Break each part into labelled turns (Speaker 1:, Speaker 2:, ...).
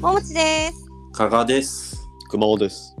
Speaker 1: ももちです。
Speaker 2: 加賀です。
Speaker 3: 熊尾です。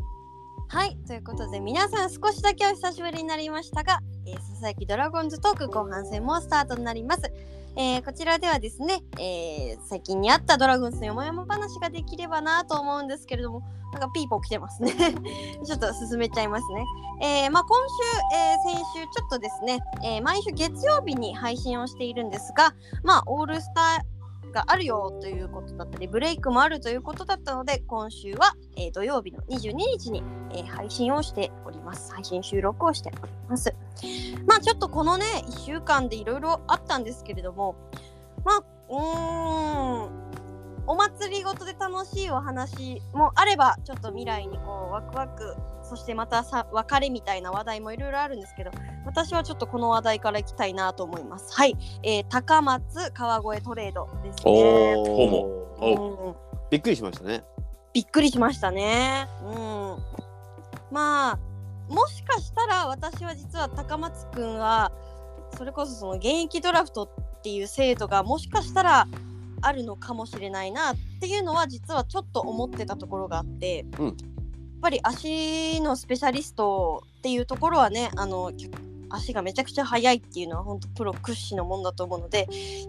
Speaker 1: はい、ということで皆さん少しだけお久しぶりになりましたが、えー、佐々木ドラゴンズトーク後半戦もスタートになります。えーこちらではですね、えー最近にあったドラゴンズのよもやま話ができればなと思うんですけれども、なんかピーポー来てますね。 ちょっと進めちゃいますね。えーまあ、今週、えー先週ちょっとですね、えー毎週月曜日に配信をしているんですが、まあ、オールスターがあるよということだったりブレイクもあるということだったので今週は、えー土曜日の22日に、えー配信をしております配信収録をしておりますまあちょっとこのね1週間でいろいろあったんですけれどもまあうーんお祭りごとで楽しいお話もあればちょっと未来にこうワクワクそしてまたさ別れみたいな話題もいろいろあるんですけど私はちょっとこの話題からいきたいなと思いますはい、えー高松川越トレードですね
Speaker 2: ほぼおう
Speaker 1: うん
Speaker 3: びっくりしましたね。
Speaker 1: びっくりしましたね。うん、まあもしかしたら私は実は高松くんはそれこそその現役ドラフトっていう制度がもしかしたらあるのかもしれないなっていうのは実はちょっと思ってたところがあって、
Speaker 3: うん
Speaker 1: やっぱり足のスペシャリストっていうところはねあの足がめちゃくちゃ速いっていうのは本当プロ屈指のもんだと思うので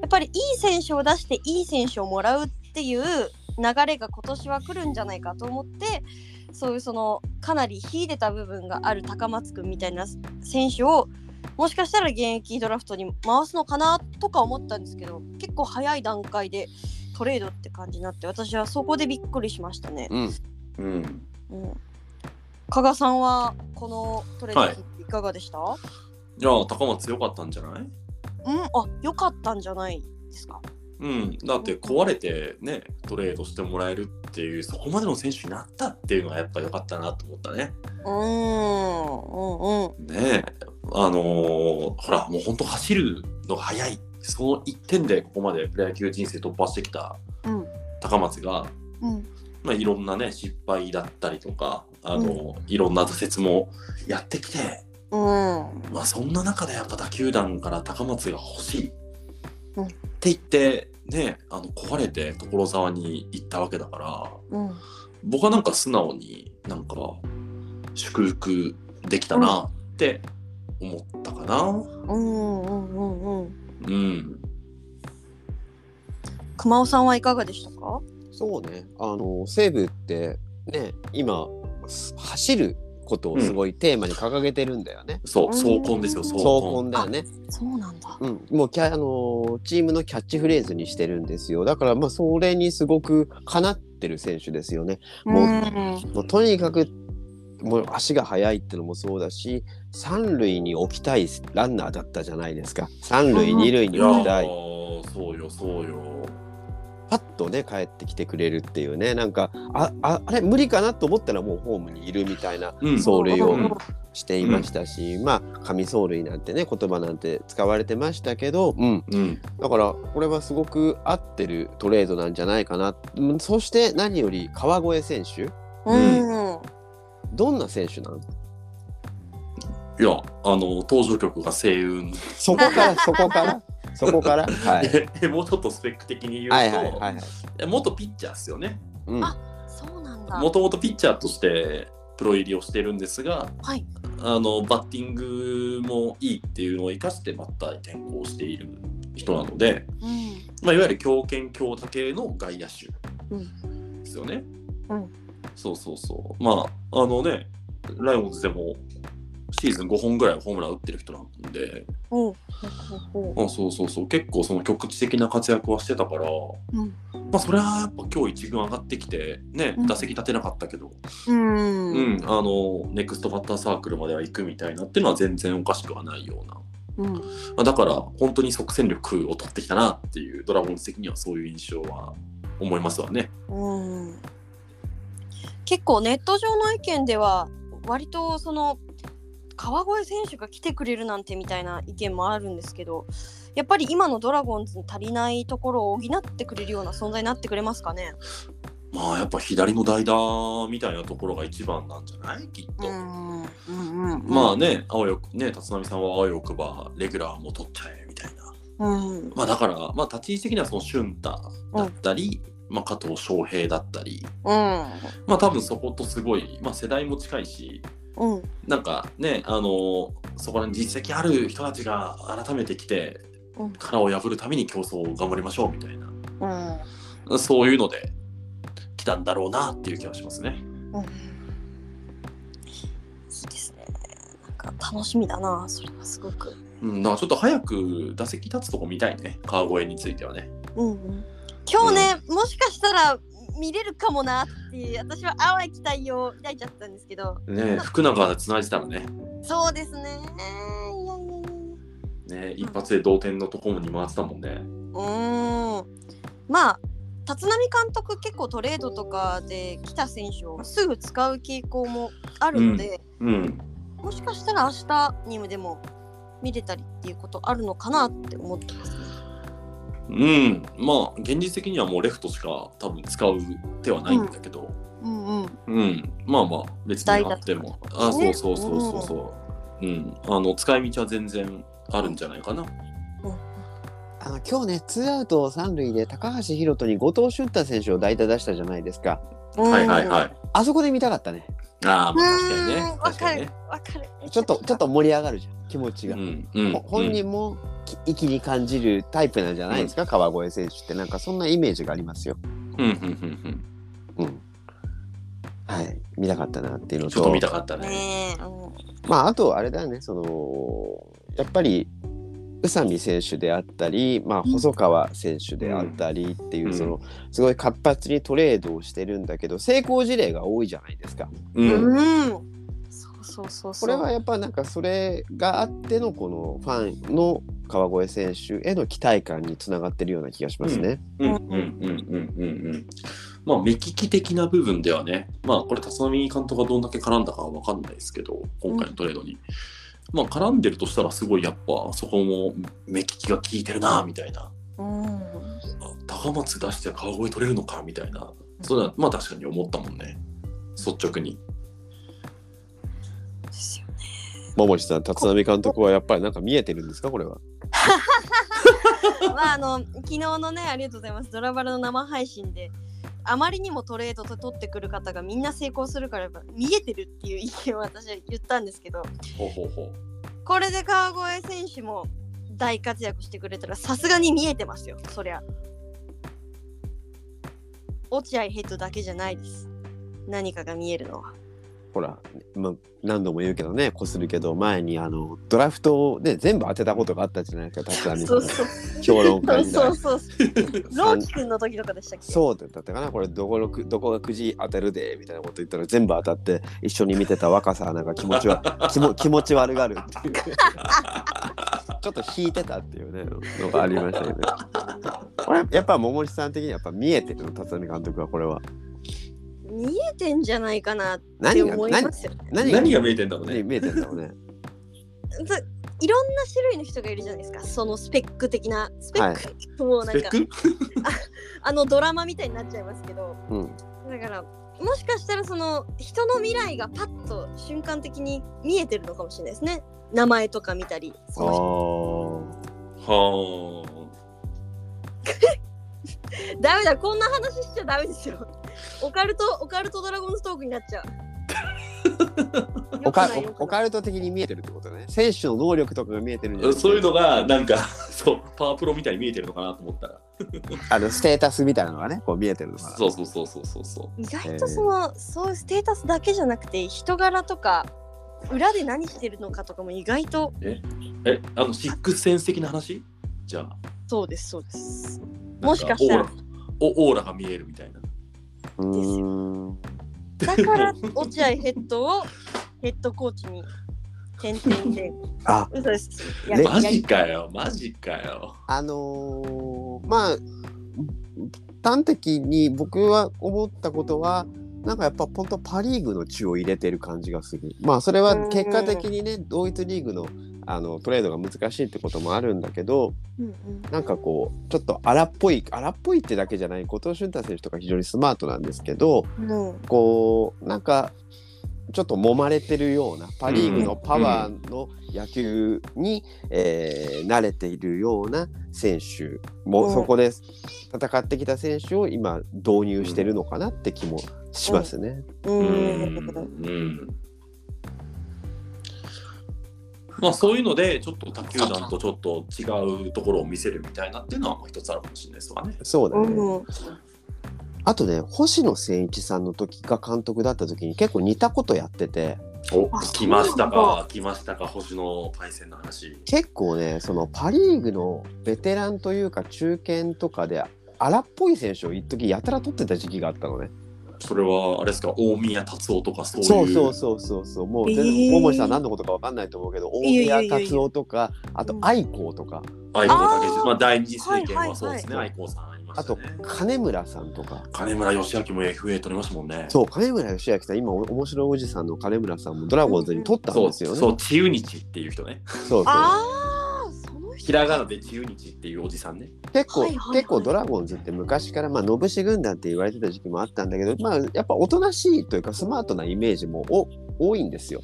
Speaker 1: やっぱりいい選手を出していい選手をもらうっていう流れが今年は来るんじゃないかと思ってそういうそのかなり秀でた部分がある高松君みたいな選手をもしかしたら現役ドラフトに回すのかなとか思ったんですけど結構早い段階でトレードって感じになって私はそこでびっくりしましたね。
Speaker 3: うん。
Speaker 2: うん。
Speaker 1: うん、加賀さんはこのトレードいかがでした、
Speaker 2: じゃあ高松良かったんじゃない？
Speaker 1: うん、あ良かったんじゃないですか。
Speaker 2: うん。だって壊れてねトレードしてもらえるっていうそこまでの選手になったっていうのはやっぱ良かったなと思ったね。
Speaker 1: うーん、うんうん。
Speaker 2: ねえあのーほらもう本当走るのが速いその一点でここまでプロ野球人生突破してきた
Speaker 1: うん
Speaker 2: 高松が。
Speaker 1: うん、
Speaker 2: まあ、いろんなね失敗だったりとかあの、いろんな挫折もやってきて、
Speaker 1: うん、
Speaker 2: まあそんな中でやっぱ他球団から高松が欲しい、
Speaker 1: うん
Speaker 2: って言ってねあの壊れて所沢に行ったわけだから
Speaker 1: うん、
Speaker 2: 僕はなんか素直になんか祝福できたなって思ったかな
Speaker 1: うん、うん、うん、うん。
Speaker 2: うん
Speaker 1: 熊尾さんはいかがでしたか？
Speaker 3: そうね。あの西武ってね今す走ることをすごいテーマに掲げてるんだよね。
Speaker 2: そう壮婚ですよ壮
Speaker 3: 走
Speaker 2: 婚
Speaker 3: 婚だよね。
Speaker 1: そうなんだ。
Speaker 3: うん。もうキャあのチームのキャッチフレーズにしてるんですよ。だからまあそれにすごくかなってる選手ですよね。もうもうとにかくもう足が速いってのもそうだし、三塁に置きたいランナーだったじゃないですか。三塁
Speaker 1: うん
Speaker 3: 二塁
Speaker 2: い
Speaker 3: に
Speaker 2: や
Speaker 3: 置きたい。
Speaker 2: ーそうよそうよ
Speaker 3: パッとね帰ってきてくれるっていうねなんかあああれ無理かなと思ったらもうホームにいるみたいな
Speaker 2: うん
Speaker 3: 走塁を
Speaker 2: うん
Speaker 3: していましたし、まあ紙走塁なんてね言葉なんて使われてましたけど、うん、
Speaker 2: うん
Speaker 3: だからこれはすごく合ってるトレードなんじゃないかな、うんそして何より川越選手
Speaker 1: うん、
Speaker 3: どんな選手なの
Speaker 2: いやあの登場曲が星雲
Speaker 3: そこ からそこからそこ から、はい、
Speaker 2: で もうちょっとスペック的に言うと、
Speaker 3: はいはいはいはい、
Speaker 2: 元ピッチャーですよね。
Speaker 3: うん
Speaker 1: あそうなんだ。
Speaker 2: もともとピッチャーとしてプロ入りをしてるんですが、
Speaker 1: はい。
Speaker 2: あのバッティングもいいっていうのを生かしてバッターに転向している人なので、
Speaker 1: う
Speaker 2: まあ、いわゆる強肩強打系の外野手
Speaker 1: う
Speaker 2: ですよね。
Speaker 1: うん
Speaker 2: そうそうそう。まあ、あのね、ライオンズでもシーズン5本ぐらいホームラン打ってる人なんで、
Speaker 1: ん。うん。ほ
Speaker 2: あそうそうそう、結構その局地的な活躍はしてたから、
Speaker 1: う。うん。
Speaker 2: まあ、それはやっぱ今日1軍上がってきて、ね
Speaker 1: うん、
Speaker 2: 打席立てなかったけど、
Speaker 1: うん。
Speaker 2: う。ん、あのネクストバッターサークルまでは行くみたいなっていうのは全然おかしくはないような、
Speaker 1: うん。
Speaker 2: まあ、だから本当に即戦力を取ってきたなっていうドラゴンズ的にはそういう印象は思いますわね。
Speaker 1: うん、結構ネット上の意見では割とその川越選手が来てくれるなんてみたいな意見もあるんですけどやっぱり今のドラゴンズに足りないところを補ってくれるような存在になってくれますかね。
Speaker 2: まあやっぱ左の代打みたいなところが一番なんじゃないきっと。
Speaker 1: んうんうん
Speaker 2: まあね、青よくね、立浪さんは青よくばレギュラーも取っちゃえみたいな。
Speaker 1: うん
Speaker 2: まあだから、まあ立ち位置的にはその俊太だったり、まあ、加藤翔平だったり、
Speaker 1: うん
Speaker 2: まあ、多分そことすごい、まあ、世代も近いし
Speaker 1: うん
Speaker 2: なんかねあのそこら辺実績ある人たちが改めて来て
Speaker 1: うん
Speaker 2: 殻を破るために競争を頑張りましょうみたいな
Speaker 1: うん
Speaker 2: そういうので来たんだろうなっていう気がしますね。
Speaker 1: うんいいですねなんか楽しみだなそれはすごく
Speaker 2: うん、なんかちょっと早く打席立つとこ見たいね川越についてはね。
Speaker 1: うんうん今日ね、もしかしたら見れるかもなっていう私は淡い期待を抱いちゃったんですけど
Speaker 2: ね福永でつないでたらね
Speaker 1: そうですねいやいやいやいや
Speaker 2: ね一発で同点のところに回ってたもんね。
Speaker 1: うーんまあ立浪監督結構トレードとかで来た選手をすぐ使う傾向もあるので、
Speaker 2: うん、
Speaker 1: もしかしたら明日にもでも見れたりっていうことあるのかなって思ってますね。
Speaker 2: うん、まあ現実的にはもうレフトしか多分使う手はないんだけど、
Speaker 1: うんうん、
Speaker 2: うんまあまあ別にあっても、
Speaker 1: 代打
Speaker 2: あ
Speaker 1: とか
Speaker 2: そ
Speaker 1: ね。
Speaker 2: うそうそうそうそう、うんあの使い道は全然あるんじゃないかな。
Speaker 3: あの今日ねツーアウト三塁で高橋宏斗に後藤俊太選手を代打出したじゃないですか
Speaker 2: はいはいはいい。
Speaker 3: あそこで見たかったね
Speaker 2: ああ
Speaker 1: う
Speaker 2: まあ確かにね
Speaker 1: ーん、わ
Speaker 2: 確
Speaker 1: か
Speaker 2: かに
Speaker 1: る
Speaker 2: ね。、
Speaker 1: わかる。
Speaker 3: ちょっとちょっと盛り上がるじゃん気持ち
Speaker 2: う
Speaker 3: が、
Speaker 2: んうん、
Speaker 3: ほ本人もき一気に感じるタイプなんじゃないですか、川越選手ってなんかそんなイメージがありますよ
Speaker 2: うんうんうんうん
Speaker 3: うんはい見たかったなっていう
Speaker 2: う
Speaker 3: の
Speaker 2: ん、
Speaker 3: と
Speaker 2: ちょっと見たかったね。
Speaker 1: ねえ、う
Speaker 3: まああとあれだよねそのやっぱり宇佐美選手であったり、まあ、
Speaker 1: うん、
Speaker 3: 細川選手であったりっていう、
Speaker 2: うん
Speaker 3: そのすごい活発にトレードをしてるんだけど成功事例が多いじゃないですか。
Speaker 2: うんん
Speaker 1: うん、そうそうそうそ
Speaker 3: こ
Speaker 1: う。
Speaker 3: れはやっぱなんかそれがあってのこのファンの川越選手への期待感につながってるような気がしますね。
Speaker 2: うんうんうんうんうんうんまあ目利き的な部分ではねまあこれ立浪監督がどんだけ絡んだかは分かんないですけど今回のトレードに、まあ絡んでるとしたらすごいやっぱそこも目利きが効いてるなみたいな
Speaker 1: うん、
Speaker 2: あ高松出して川越取れるのかみたいなそれはまあ確かに思ったもんね率直に
Speaker 1: ですよね。
Speaker 3: 桃地さん立浪監督はやっぱりなんか見えてるんですかこれは。
Speaker 1: まああの昨日のねありがとうございますドラバラの生配信であまりにもトレードと取ってくる方がみんな成功するからやっぱ見えてるっていう意見を私は言ったんですけど
Speaker 2: ほうほうほ
Speaker 1: これで川越選手も大活躍してくれたらさすがに見えてますよそりゃ落合ヘッドだけじゃないです何かが見えるのは
Speaker 3: ほら、まあ、何度も言うけどねこするけど前にあのドラフトを、ね、全部当てたことがあったじゃないですか立浪さ
Speaker 1: そ
Speaker 3: ん
Speaker 1: う
Speaker 3: が
Speaker 1: そう
Speaker 3: 評論
Speaker 1: そ
Speaker 3: 家
Speaker 1: う
Speaker 3: 時
Speaker 1: そうそ
Speaker 3: 代
Speaker 1: うローキ君の時とかでしたっけ
Speaker 3: そうだったかなこれどこのくどこがくじ当たるでみたいなこと言ったら全部当たって一緒に見てた若さなんか気持ちは 気も気持ち悪がるっていう ちょっと引いてたっていうねのがありましたよねこれやっぱ桃地さん的にはやっぱ見えてるの立浪監督はこれは
Speaker 1: 見えてんじゃないかなって
Speaker 3: 何が
Speaker 1: 思い
Speaker 3: 何
Speaker 1: ますよね
Speaker 2: う
Speaker 3: 何が
Speaker 2: 何が見えてんだろう
Speaker 3: 何
Speaker 2: ね
Speaker 3: 見えてるんだろうね
Speaker 1: ずいろんな種類の人がいるじゃないですかそのスペック的なスペック、もうな
Speaker 2: ス
Speaker 1: ん
Speaker 2: ペ
Speaker 1: か
Speaker 2: ック
Speaker 1: あのドラマみたいになっちゃいますけど
Speaker 3: うん
Speaker 1: だからもしかしたらその人の未来がパッと瞬間的に見えてるのかもしれないですね名前とか見たり
Speaker 3: あ
Speaker 1: その人
Speaker 3: ー
Speaker 2: はあ
Speaker 1: ダメだこんな話しちゃダメですよオカルトオカルトドラゴンズトークになっちゃう
Speaker 3: オカ
Speaker 1: よくないよくない
Speaker 3: オカルト的に見えてるってことね選手の能力とかが見えてるんじゃなくて
Speaker 2: そういうのがなんか そうパワープロみたいに見えてるのかなと思ったら
Speaker 3: あのステータスみたいなのがねこう見えてるのかな
Speaker 2: そうそうそうそうそうそう
Speaker 1: 意外とその、そういうステータスだけじゃなくて人柄とか裏で何してるのかとかも意外と
Speaker 2: え、あの、シックスセンス的な話じゃあ。
Speaker 1: そうですそうです
Speaker 2: なん
Speaker 1: もしかしたら
Speaker 2: オーラおオーラが見えるみたいな。
Speaker 3: うーん
Speaker 1: だから落合ヘッドをヘッドコーチに転々で
Speaker 3: あ
Speaker 1: 嘘です
Speaker 3: え
Speaker 2: マジかよ、マジかよ。
Speaker 3: あのーまあ端的に僕は思ったことはなんかやっぱ本当パ・リーグの血を入れてる感じがするまあそれは結果的にね同一リーグのあのトレードが難しいってこともあるんだけど
Speaker 1: うんうん
Speaker 3: なんかこうちょっと荒っぽい荒っぽいってだけじゃない後藤俊太選手とか非常にスマートなんですけど
Speaker 1: うん
Speaker 3: こうなんかちょっと揉まれてるようなパ・リーグのパワーの野球に、えー慣れているような選手も、
Speaker 1: うん
Speaker 3: そこで戦ってきた選手を今導入してるのかなって気もしますね。
Speaker 1: う
Speaker 2: うん
Speaker 1: ん。
Speaker 2: うんまあそういうのでちょっと他球団とちょっと違うところを見せるみたいなっていうのはもう一つあるかもしれないですわね。
Speaker 3: そうだね、
Speaker 1: うん。
Speaker 3: あとね星野千一さんの時が監督だった時に結構似たことやってて
Speaker 2: お
Speaker 1: あそうな
Speaker 2: 来
Speaker 1: ん
Speaker 2: ま
Speaker 1: だ
Speaker 2: したか来ましたか星の対戦の話。
Speaker 3: 結構ねそのパ・リーグのベテランというか中堅とかで荒っぽい選手を一時やたら取ってた時期があったのね。
Speaker 2: それはあれですか大宮達夫とかそういう。
Speaker 3: そうそうそうそうそうもう全
Speaker 1: え
Speaker 3: 然
Speaker 1: ー
Speaker 3: 桃井さん何のことかわかんないと思うけど大
Speaker 1: いやいや
Speaker 3: 宮
Speaker 1: いやいや
Speaker 3: 達夫とかあと
Speaker 1: うん
Speaker 3: 愛子とか
Speaker 2: 愛子竹
Speaker 1: あー
Speaker 2: 内まあ第二次政権はそうですね愛子さんありま
Speaker 3: あ
Speaker 2: した
Speaker 3: と
Speaker 2: ね。
Speaker 3: 金村さんとか
Speaker 2: 金村義明も FA 取りましたもんね。
Speaker 3: そう金村義明さん今お面白いおじさんの金村さんもドラゴンズに取ったん
Speaker 2: そ
Speaker 3: で
Speaker 2: う
Speaker 3: すよね。
Speaker 2: そ
Speaker 3: そう
Speaker 2: う千代日っていう人ね。
Speaker 3: そう
Speaker 1: ああ、その人。
Speaker 2: ひらがなで千代日っていうおじさんね。
Speaker 3: 結構、
Speaker 1: はいはいはい
Speaker 3: 結構ドラゴンズって昔からまあ野節軍団って言われてた時期もあったんだけどまあやっぱおとなしいというかスマートなイメージもお多いんですよ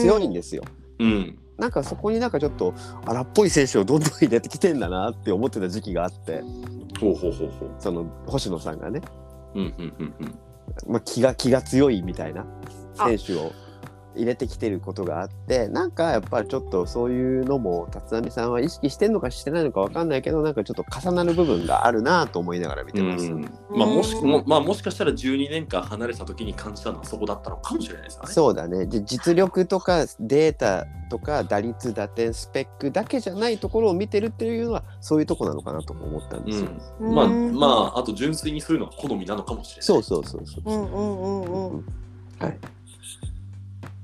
Speaker 3: 強いんですよ。
Speaker 2: うん。
Speaker 3: なんかそこになんかちょっと荒っぽい選手をどんどん入れてきてんだなって思ってた時期があって
Speaker 2: ほうほうほうほう。
Speaker 3: その星野さんがね
Speaker 2: うんうんうんうん。
Speaker 3: まあ、気が気が強いみたいな
Speaker 1: あ
Speaker 3: 選手を入れてきてることがあってなんかやっぱりちょっとそういうのも立浪さんは意識してんのかしてないのかわかんないけどなんかちょっと重なる部分があるなと思いながら見てます。
Speaker 2: うんまあもしもまあ、もしかしたら12年間離れた時に感じたのはそこだったのかもしれないですよね。
Speaker 3: そうだねで実力とかデータとか打率打点スペックだけじゃないところを見てるっていうのはそういうとこなのかなとも思ったんですよ。
Speaker 2: うん、まあまああと純粋にそういうのが好みなのかもしれない。
Speaker 3: そうそうそうそう
Speaker 1: う
Speaker 3: そ
Speaker 1: んうんうんうん。
Speaker 3: はい。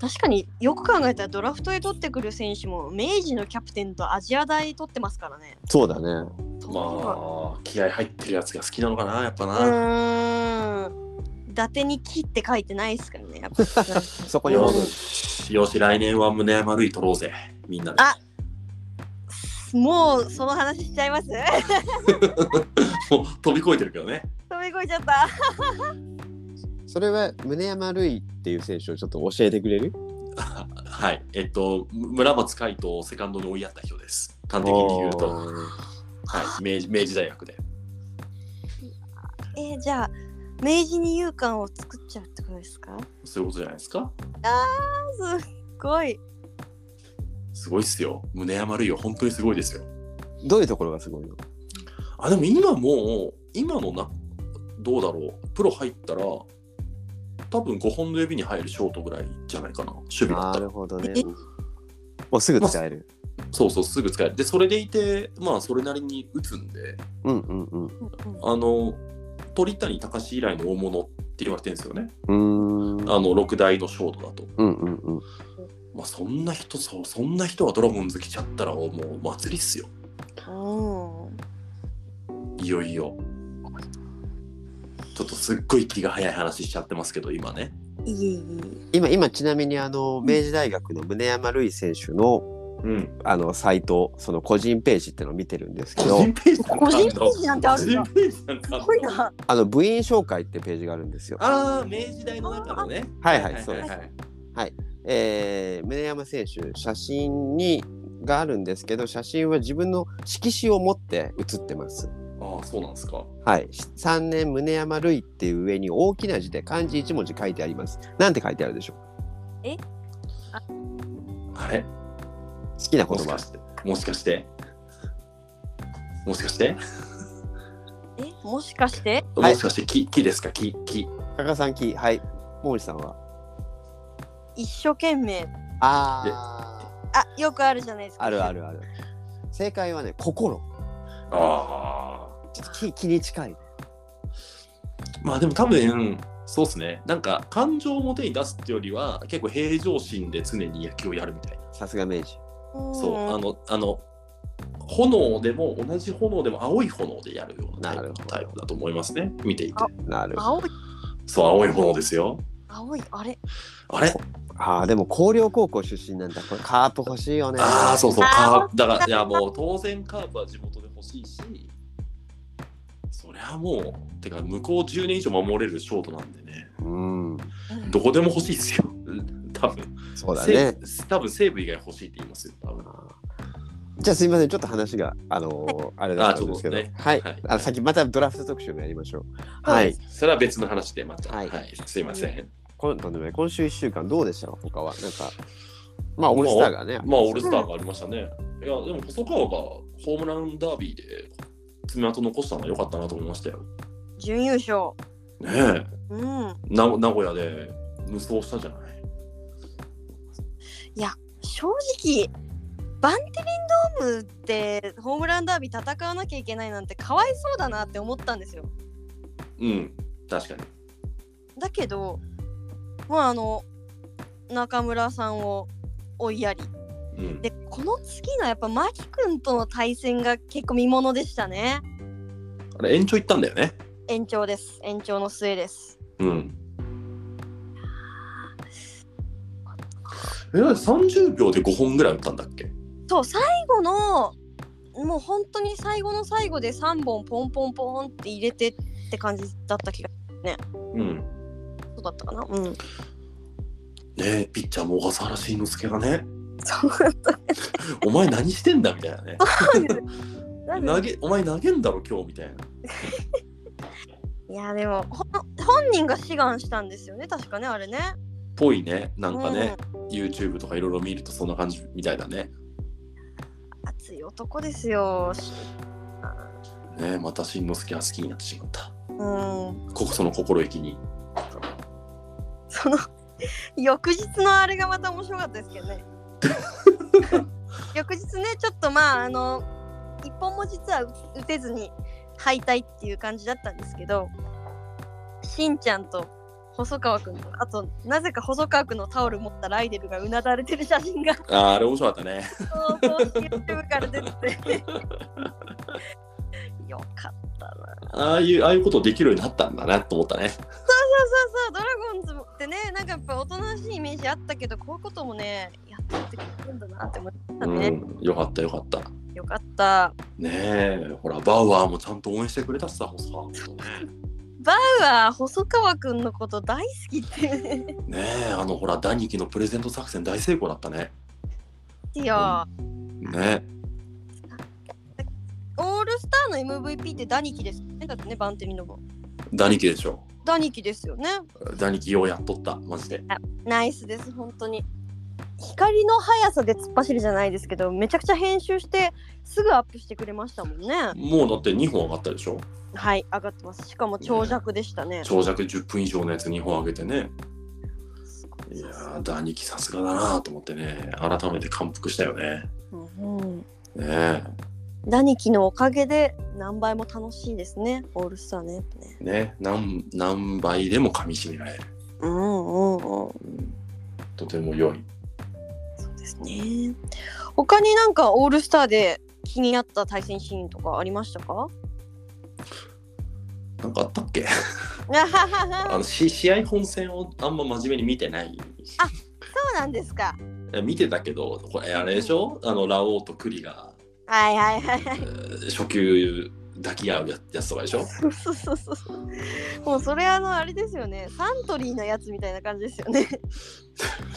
Speaker 1: 確かによく考えたらドラフトで取ってくる選手も明治のキャプテンとアジア大取ってますからね。
Speaker 3: そうだね。
Speaker 1: あ。
Speaker 2: まあ気合入ってるやつが好きなのかなやっぱ
Speaker 1: う
Speaker 2: な。
Speaker 1: ーん。伊達に木って書いてないですからね。やっぱ
Speaker 3: そこに
Speaker 2: よ
Speaker 3: 戻る
Speaker 2: しよし来年は胸丸い取ろうぜみんなで。
Speaker 1: あもうその話しちゃいます 飛
Speaker 2: もう飛び越えてるけどね。
Speaker 1: び越えちゃった。
Speaker 3: それは宗山瑠衣っていう選手をちょっと教えてくれる
Speaker 2: はい。えっとむ村松海斗をセカンドに追いやった人です。端的に言うと、
Speaker 3: おー
Speaker 2: はい、明治明治大学で。
Speaker 1: えー、じゃあ明治二遊間を作っちゃうってことですか
Speaker 2: そういうことじゃないですか。
Speaker 1: あすっごい。
Speaker 2: すごいっすよ。胸山るいよ本当にすごいですよ。
Speaker 3: どういうところがすごいの
Speaker 2: あでも今もう今のなどうだろうプロ入ったら多分5本の指に入るショートぐらいじゃないかな守備だっ
Speaker 3: な
Speaker 2: たら
Speaker 3: るほどね
Speaker 1: え。
Speaker 3: もうすぐ使える。
Speaker 2: そうそうすぐ使えるでそれでいてまあそれなりに打つんで
Speaker 3: うんうん
Speaker 2: あの鳥谷隆以来の大物って言われてるんですよね
Speaker 3: うん。うーん。
Speaker 2: あの6代のショートだと、
Speaker 3: うんうんうん。
Speaker 2: まあ、そんな人そうそんな人がドラゴンズ来ちゃったらもう祭りっすよ
Speaker 1: うん。うん
Speaker 2: いよいよちょっとすっごい気が早い話しちゃってますけど今ね
Speaker 1: いえい
Speaker 3: 今今ちなみにあの明治大学の宗山瑠衣選手の
Speaker 2: うん
Speaker 3: あのサイトその個人ページってのを見てるんですけ
Speaker 2: 個
Speaker 3: ど
Speaker 2: 人、ページ
Speaker 1: え。
Speaker 2: なんか
Speaker 1: 個
Speaker 2: あん
Speaker 1: 人
Speaker 2: の
Speaker 1: ページなんてあるんだ。す
Speaker 2: ページなんかあんの
Speaker 1: ごいな。
Speaker 3: あの部員紹介ってページがあるんですよ。
Speaker 2: ああ、明治大の中のね。
Speaker 3: はいはいそうです
Speaker 2: はいはい
Speaker 3: えー、宗山選手写真にがあるんですけど写真は自分の色紙を持って写ってます。
Speaker 2: ああ、そうなんですか。
Speaker 3: はい、3年宗山瑠衣っていう上に大きな字で漢字1文字書いてあります。なんて書いてあるでしょう
Speaker 2: あれ
Speaker 3: 好きな言
Speaker 2: もし
Speaker 3: 葉
Speaker 2: かして。もしかして。もしかして。
Speaker 1: え、もしかして
Speaker 2: もしかして、木、木ですか、木、木。
Speaker 3: 加賀さんきはい毛利さんは
Speaker 1: 一生懸命。
Speaker 3: あ
Speaker 1: あ、よくあるじゃないですか。
Speaker 3: あるあ
Speaker 1: る。
Speaker 3: るある正解はね心
Speaker 2: ああ。
Speaker 3: ちょっと気気に近い
Speaker 2: まあでも多分、そうですね。なんか、感情を表に出すってよりは、結構平常心で常に野球をやるみたいな。
Speaker 3: さすが明治
Speaker 2: そう、あ
Speaker 1: の。
Speaker 2: の、あの、炎でも同じ炎でも青い炎でやるようなタイ
Speaker 3: なる
Speaker 2: プ
Speaker 3: ほど
Speaker 2: タイプだと思いますね見ていて
Speaker 1: あ
Speaker 3: なる
Speaker 1: 青い、
Speaker 2: そう青い炎ですよ
Speaker 1: 青い、あれ。
Speaker 2: あれ
Speaker 3: あーでも広陵高校出身なんだこれカープ欲しいよね
Speaker 2: ああ、そうそう、
Speaker 1: あー
Speaker 2: カープ。だから、いや、もう当然カープは地元で欲しいし、そりゃもう、てか、向こう10年以上守れるショートなんでね、
Speaker 3: うん
Speaker 2: どこでも欲しいですよ。 多分。
Speaker 3: そうだね。
Speaker 2: 西多分西武以外欲しいって言いますよ、多分。
Speaker 3: じゃあすみません、ちょっと話が、あのーあれだったんですけど、
Speaker 2: あちょっとね
Speaker 3: はい、
Speaker 2: はい
Speaker 3: あの先またドラフト特集もやりましょう。はい、
Speaker 2: それは別の話でまた。
Speaker 3: は
Speaker 2: はいい。すいません。
Speaker 3: 今とんでもない今週1週間どうでした他は。なんか、まあ、オールスターがね、
Speaker 2: まあ、オールスターがありましたね。いや、でも細川がホームランダービーで爪痕残したのは良かったなと思いましたよ。
Speaker 1: 準優勝。
Speaker 2: ねえ、
Speaker 1: うん。
Speaker 2: な名古屋で無双したじゃない。
Speaker 1: 正直バンテリンドームってホームランダービー戦わなきゃいけないなんてかわいそうだなって思ったんですよ
Speaker 2: うん、確かに。
Speaker 1: だけどまああの中村さんを追いやり
Speaker 2: うん、
Speaker 1: でこの次のやっぱ牧君との対戦が結構見ものでしたね
Speaker 2: あれ延長行ったんだよね。
Speaker 1: 延長です延長の末です
Speaker 2: うん。え、30秒で5本ぐらい打ったんだっけ
Speaker 1: そう最後のもう本当に最後の最後で3本ポンポンポンって入れてって感じだった気が
Speaker 2: うん。
Speaker 1: そうだったかなうん
Speaker 2: ねえ、ピッチャーも小笠原慎之介がね、
Speaker 1: そう だった
Speaker 2: お前何してんだみたい なね。
Speaker 1: んですなんで
Speaker 2: 投げお前投げんだろ今日みたいな。
Speaker 1: いやでもほ本人が志願したんですよね確かねあれね。
Speaker 2: ぽいね。なんかね、YouTube とかいろいろ見るとそんな感じみたいだね。
Speaker 1: うん、熱い男ですよ。し
Speaker 2: ねえまた慎之介が好きになってしまった。
Speaker 1: うん、そ
Speaker 2: こその心意気に。
Speaker 1: の翌日のあれがまた面白かったですけど ね。翌日ねちょっとまああの一本も実は打てずに敗退っていう感じだったんですけどしんちゃんと細川君とあとなぜか細川君のタオル持ったライデルがうなだれてる写真が
Speaker 2: ああ、あれ面白かったね。
Speaker 1: そうそう、YouTube から出てて。よかったな。そう
Speaker 2: ああいう、ああいうことできるようになったんだなと思ったね。
Speaker 1: そうそう、ドラゴンズもってね、なんかやっぱおとなしいイメージあったけど、こういうこともね、やってくれるんだなって思った
Speaker 2: う
Speaker 1: ね。
Speaker 2: ん、よかったよかった。
Speaker 1: よかった。
Speaker 2: ねえ、ほら、バウアーもちゃんと応援してくれたしさ、細川のことね。
Speaker 1: うわ、細川くんのこと大好きっていうね。
Speaker 2: ねえ、あのほら、第二期のプレゼント作戦大成功だったね。
Speaker 1: いや、
Speaker 2: ね
Speaker 1: オールスターの MVP ってダニキですよね。だってね、バンテリンドも。
Speaker 2: え、第二期でしょ。
Speaker 1: ダニキですよね。
Speaker 2: 第二期ようやっとった、マジで。
Speaker 1: ナイスです、本当に。光の速さで突っ走るじゃないですけど、めちゃくちゃ編集して、すぐアップしてくれましたもんね。
Speaker 2: もうだって2本上がったでしょ。
Speaker 1: はい、上がってます。しかも長尺でしたね。
Speaker 2: 長尺10分以上のやつ2本上げてね。いやー、第二期さすがだなと思ってね、改めて感服したよね。
Speaker 1: うん、
Speaker 2: ねえ。
Speaker 1: ダニキのおかげで何倍も楽しいですね。オールスターね。
Speaker 2: ね、何何倍でも噛み締められる、
Speaker 1: うんうんうん。
Speaker 2: うんとても良い
Speaker 1: そうですね。他になんかオールスターで気になった対戦シーンとかありましたか？
Speaker 2: なんかあったっけあのし試合本戦をあんま真面目に見てない
Speaker 1: そうなんですか。
Speaker 2: え見てたけどこれあれでしょあのラオウとクリが、
Speaker 1: はいはいはい
Speaker 2: えー初級抱き合うややつとかでしょ
Speaker 1: そうそうそうそう。もうそれあのあれですよね。サントリーのやつみたいな感じですよね。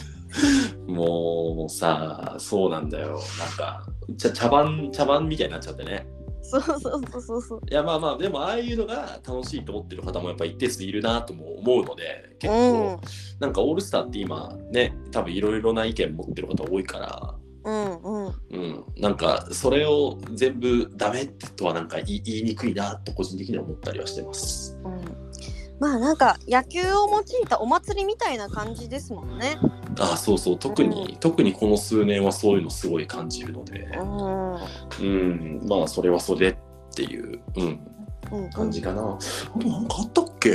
Speaker 2: もうさそうなんだよなんか茶茶番茶番みたいになっちゃってね
Speaker 1: そうそうそうそうそう。
Speaker 2: いやまあまあでもああいうのが楽しいと思ってる方もやっぱ一定数いるなとも思うので結構、なんかオールスターって今ね多分いろいろな意見持ってる方多いから
Speaker 1: うんうん。
Speaker 2: うん、なんかそれを全部ダメとはなんか言い言いにくいなと個人的には思ったりはしてます。
Speaker 1: うんまあなんか野球を用いたお祭りみたいな感じですもんね。
Speaker 2: ああそうそう特に、特にこの数年はそういうのすごい感じるので、
Speaker 1: うん。
Speaker 2: うん、まあそれはそれっていう、うん、
Speaker 1: うん、
Speaker 2: 感じかな。あとなんかあったっけ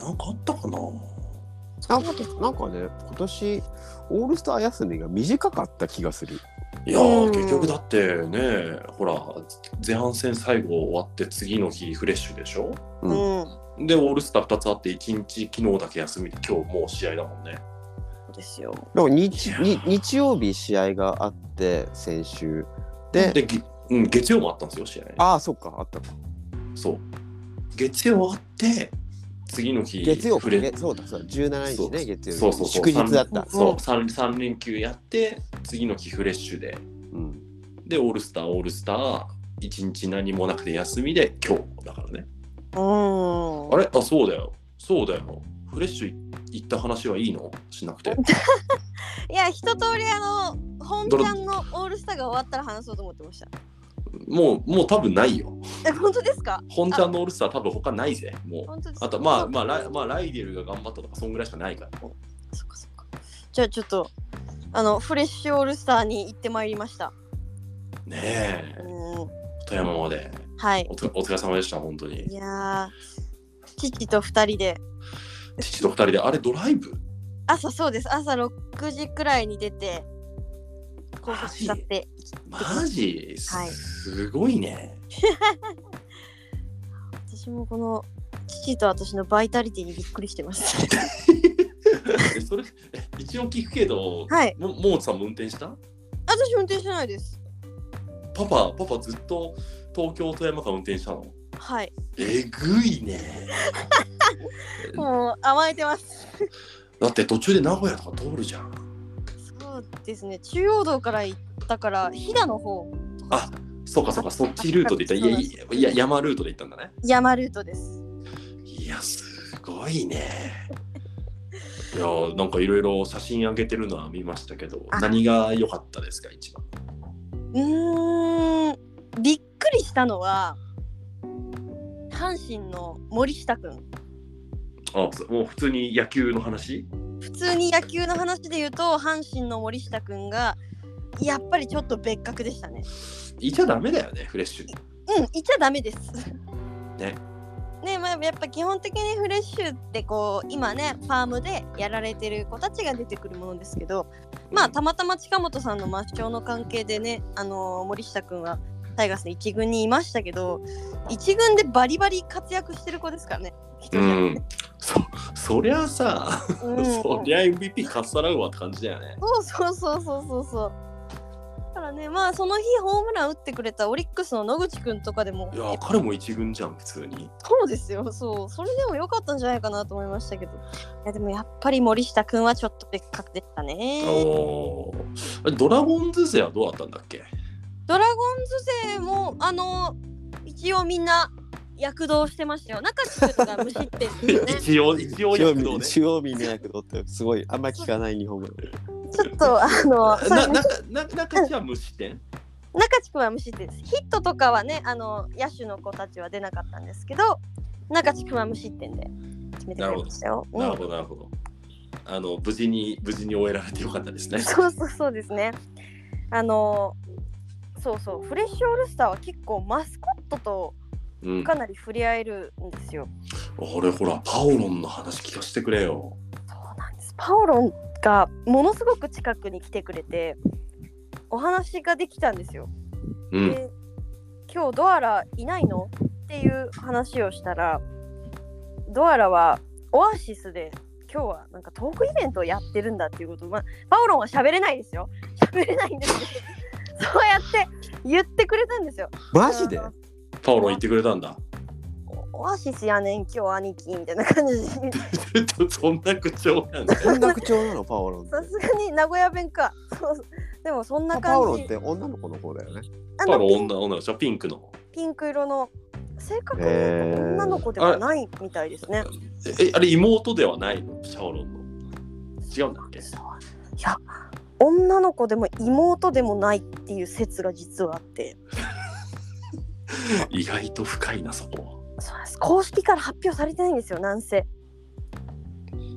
Speaker 2: なんかあったかな
Speaker 3: なんかなんかね、今年、オールスター休みが短かった気がする。
Speaker 2: いやー、
Speaker 1: うん
Speaker 2: 結局だってねほら前半戦最後終わって次の日フレッシュでしょ
Speaker 1: う。
Speaker 3: うん
Speaker 1: うん。
Speaker 2: でオールスター2つあって1日昨日だけ休みで今日もう試合だもんね。
Speaker 1: そうですよ。
Speaker 3: なんか日に日曜日試合があって、先週。で、
Speaker 2: でぎうん、月曜もあったんですよ試合。
Speaker 3: ああ、そっか、あったか。
Speaker 2: そう。月曜終わって、次の日
Speaker 3: 月曜
Speaker 2: 触れ
Speaker 3: ねそうだそうだ17日ね月曜日
Speaker 2: そうそうそう
Speaker 3: 祝日だった
Speaker 2: 三そう三三連休やって次の日フレッシュで
Speaker 3: うん
Speaker 2: でオールスターオールスター一日何もなくて休みで今日だからね
Speaker 1: うん
Speaker 2: あれあそうだよそうだよフレッシュ行った話はいいのしなくて
Speaker 1: いや一通りあの本ちゃんのオールスターが終わったら話そうと思ってました
Speaker 2: もうもう多分ないよ
Speaker 1: え本当ですか
Speaker 2: 本ちゃんのオールスター多分他ないぜもう
Speaker 1: 本当ですか
Speaker 2: あとまあ
Speaker 1: そうか
Speaker 2: まあライまあライデルが頑張ったとかそんぐらいしかないから
Speaker 1: そっかそっかじゃあちょっとあのフレッシュオールスターに行ってまいりました
Speaker 2: ねえ
Speaker 1: うん
Speaker 2: 富山まで
Speaker 1: はい
Speaker 2: おつお疲れ様でした本当に
Speaker 1: いやー父と二人で
Speaker 2: 父と二人であれドライブ
Speaker 1: 朝そうです朝6時くらいに出て高速使って
Speaker 2: マジす,、
Speaker 1: はい
Speaker 2: ごいね
Speaker 1: 私もこの父と私のバイタリティにびっくりしてます
Speaker 2: えそれえ一応聞くけど、
Speaker 1: はい
Speaker 2: ももうさんも運転した
Speaker 1: 私運転してないです
Speaker 2: パパパパずっと東京富山間運転したの
Speaker 1: はい
Speaker 2: えぐいね
Speaker 1: もう甘えてます
Speaker 2: だって途中で名古屋とか通るじゃん
Speaker 1: そうですね中央道から行ったから飛騨の方
Speaker 2: あそうかそうかそっちルートで行ったいやいやいや山ルートで行ったんだね
Speaker 1: 山ルートです
Speaker 2: いやすごいね。いやなんかいろいろ写真上げてるのは見ましたけど
Speaker 1: あ
Speaker 2: 何が良かったですか一番。
Speaker 1: うーんびっくりしたのは阪神の森下君
Speaker 2: あそうもう普通に野球の話
Speaker 1: 普通に野球の話で言うと阪神の森下君がやっぱりちょっと別格でしたね
Speaker 2: いちゃダメだよねフレッシュに。
Speaker 1: うんいちゃダメです
Speaker 2: ね
Speaker 1: ねまあ、やっぱ基本的にフレッシュってこう今ねファームでやられてる子たちが出てくるものですけどまあたまたま近本さんの抹消の関係でね、あのー森下君はタイガースの1軍にいましたけど1軍でバリバリ活躍してる子ですから ね。
Speaker 2: う、ん。そそりゃさ、
Speaker 1: うん、
Speaker 2: そりゃ MVP かっさらうわって感じだよね。
Speaker 1: そうそうそうそうそうそう。だからね、まあその日ホームラン打ってくれたオリックスの野口くんとかでも
Speaker 2: い、や彼も一軍じゃん普通に。
Speaker 1: そうですよ、そう、それでも良かったんじゃないかなと思いましたけど、いやでもやっぱり森下くんはちょっと別格でしたね。
Speaker 2: おードラゴンズ勢はどうだったんだっけ
Speaker 1: ドラゴンズ勢も、あの、一応みんな躍動してましたよ。中地君が無失点ですよ ね。
Speaker 2: 一応一応
Speaker 3: 中央
Speaker 2: 躍
Speaker 3: 見
Speaker 2: 動ね。
Speaker 3: 中央見なくとってすごいあんま聞かない日本語
Speaker 1: ちょっと、あの、そう
Speaker 2: な
Speaker 1: ね
Speaker 2: なな中地は無失点
Speaker 1: 中地君は無失点です。ヒットとかはね、あの野手の子たちは出なかったんですけど、中地君は無失点で決めてくれましたよ。う
Speaker 2: なる
Speaker 1: ん、
Speaker 2: ほど、なるほど。あの、無事に、無事に終えられてよかっ たですね。
Speaker 1: そうそうそうですね。あのそうそうフレッシュオールスターは結構マスコットと
Speaker 2: うん。
Speaker 1: かなり触れ合えるんですよ。
Speaker 2: あれ、ほら、パオロンの話聞かせてくれよ。
Speaker 1: そうなんですパオロンがものすごく近くに来てくれてお話ができたんですよ。
Speaker 2: うん。
Speaker 1: で今日ドアラいないのっていう話をしたらドアラはオアシスで今日はなんかトークイベントをやってるんだっていうことまあパオロンは喋れないですよ喋れないんですけどそうやって言ってくれたんですよ
Speaker 3: マジで
Speaker 1: あの
Speaker 2: パオロン言ってくれたんだ。
Speaker 1: オアシスやねん今日兄貴みたいな感じで
Speaker 2: ちょっとそんな口調なんだ。
Speaker 3: こんな口調なのパオロン
Speaker 1: さ
Speaker 3: って
Speaker 1: すがに名古屋弁かそうそうでもそんな
Speaker 3: パオロ
Speaker 1: 感
Speaker 3: ン
Speaker 1: じ
Speaker 3: って女の子の方だよね
Speaker 1: あ
Speaker 2: パ
Speaker 1: の
Speaker 2: オロ
Speaker 1: ピ
Speaker 2: ン
Speaker 1: ン
Speaker 2: 女、女でしょ、ピンクの。
Speaker 1: ピンク色の性格の
Speaker 3: へー
Speaker 1: 女の子ではないみたいですね
Speaker 2: え、えあれ、妹ではないのシャオロンの。違うんだっけ
Speaker 1: いや女の子でも妹でもないっていう説が実はあって
Speaker 2: 意外と深いな、そこ
Speaker 1: そうなんです公式から発表されてないんですよなんせ
Speaker 2: は。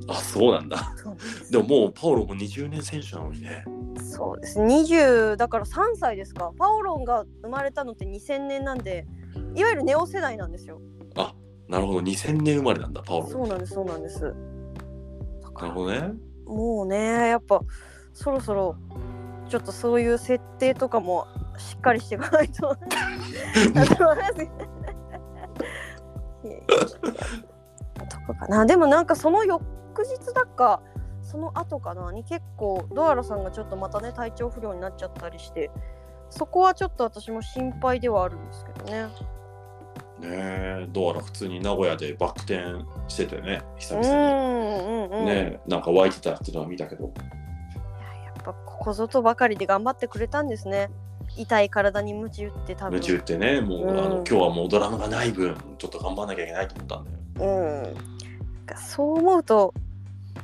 Speaker 2: あ、そうなんだ。
Speaker 1: そうです
Speaker 2: でももう、パオロンも20年選手なのにね。
Speaker 1: そうです20だから3歳ですかパオロンが生まれたのって2000年なんでいわゆるネオ世代なんですよ
Speaker 2: あ、なるほど、2000年生まれなんだ、パオロ
Speaker 1: そ
Speaker 2: ン。
Speaker 1: うなんですそうなんですだか
Speaker 2: なる
Speaker 1: ら
Speaker 2: ほどね。
Speaker 1: もうねやっぱそろそろちょっとそういう設定とかもしっかりしていかない となと思いますねいやいやとかかなでもなんかその翌日だかその後かなに結構ドアラさんがちょっとまたね体調不良になっちゃったりしてそこはちょっと私も心配ではあるんですけどね
Speaker 2: ねえ、どうやら普通に名古屋でバク転しててね、久
Speaker 1: う
Speaker 2: 々
Speaker 1: んう
Speaker 2: に。
Speaker 1: んうんうん。
Speaker 2: ねえ、なんか湧いてたっていうのは見たけど、
Speaker 1: やっぱここぞとばかりで頑張ってくれたんですね。痛い体に鞭打って多分。
Speaker 2: 夢中ってね、もう、
Speaker 1: うん
Speaker 2: あの今日はもうドラマがない分、ちょっと頑張らなきゃいけないと思ったんだよ。
Speaker 1: うん。なんかそう思うと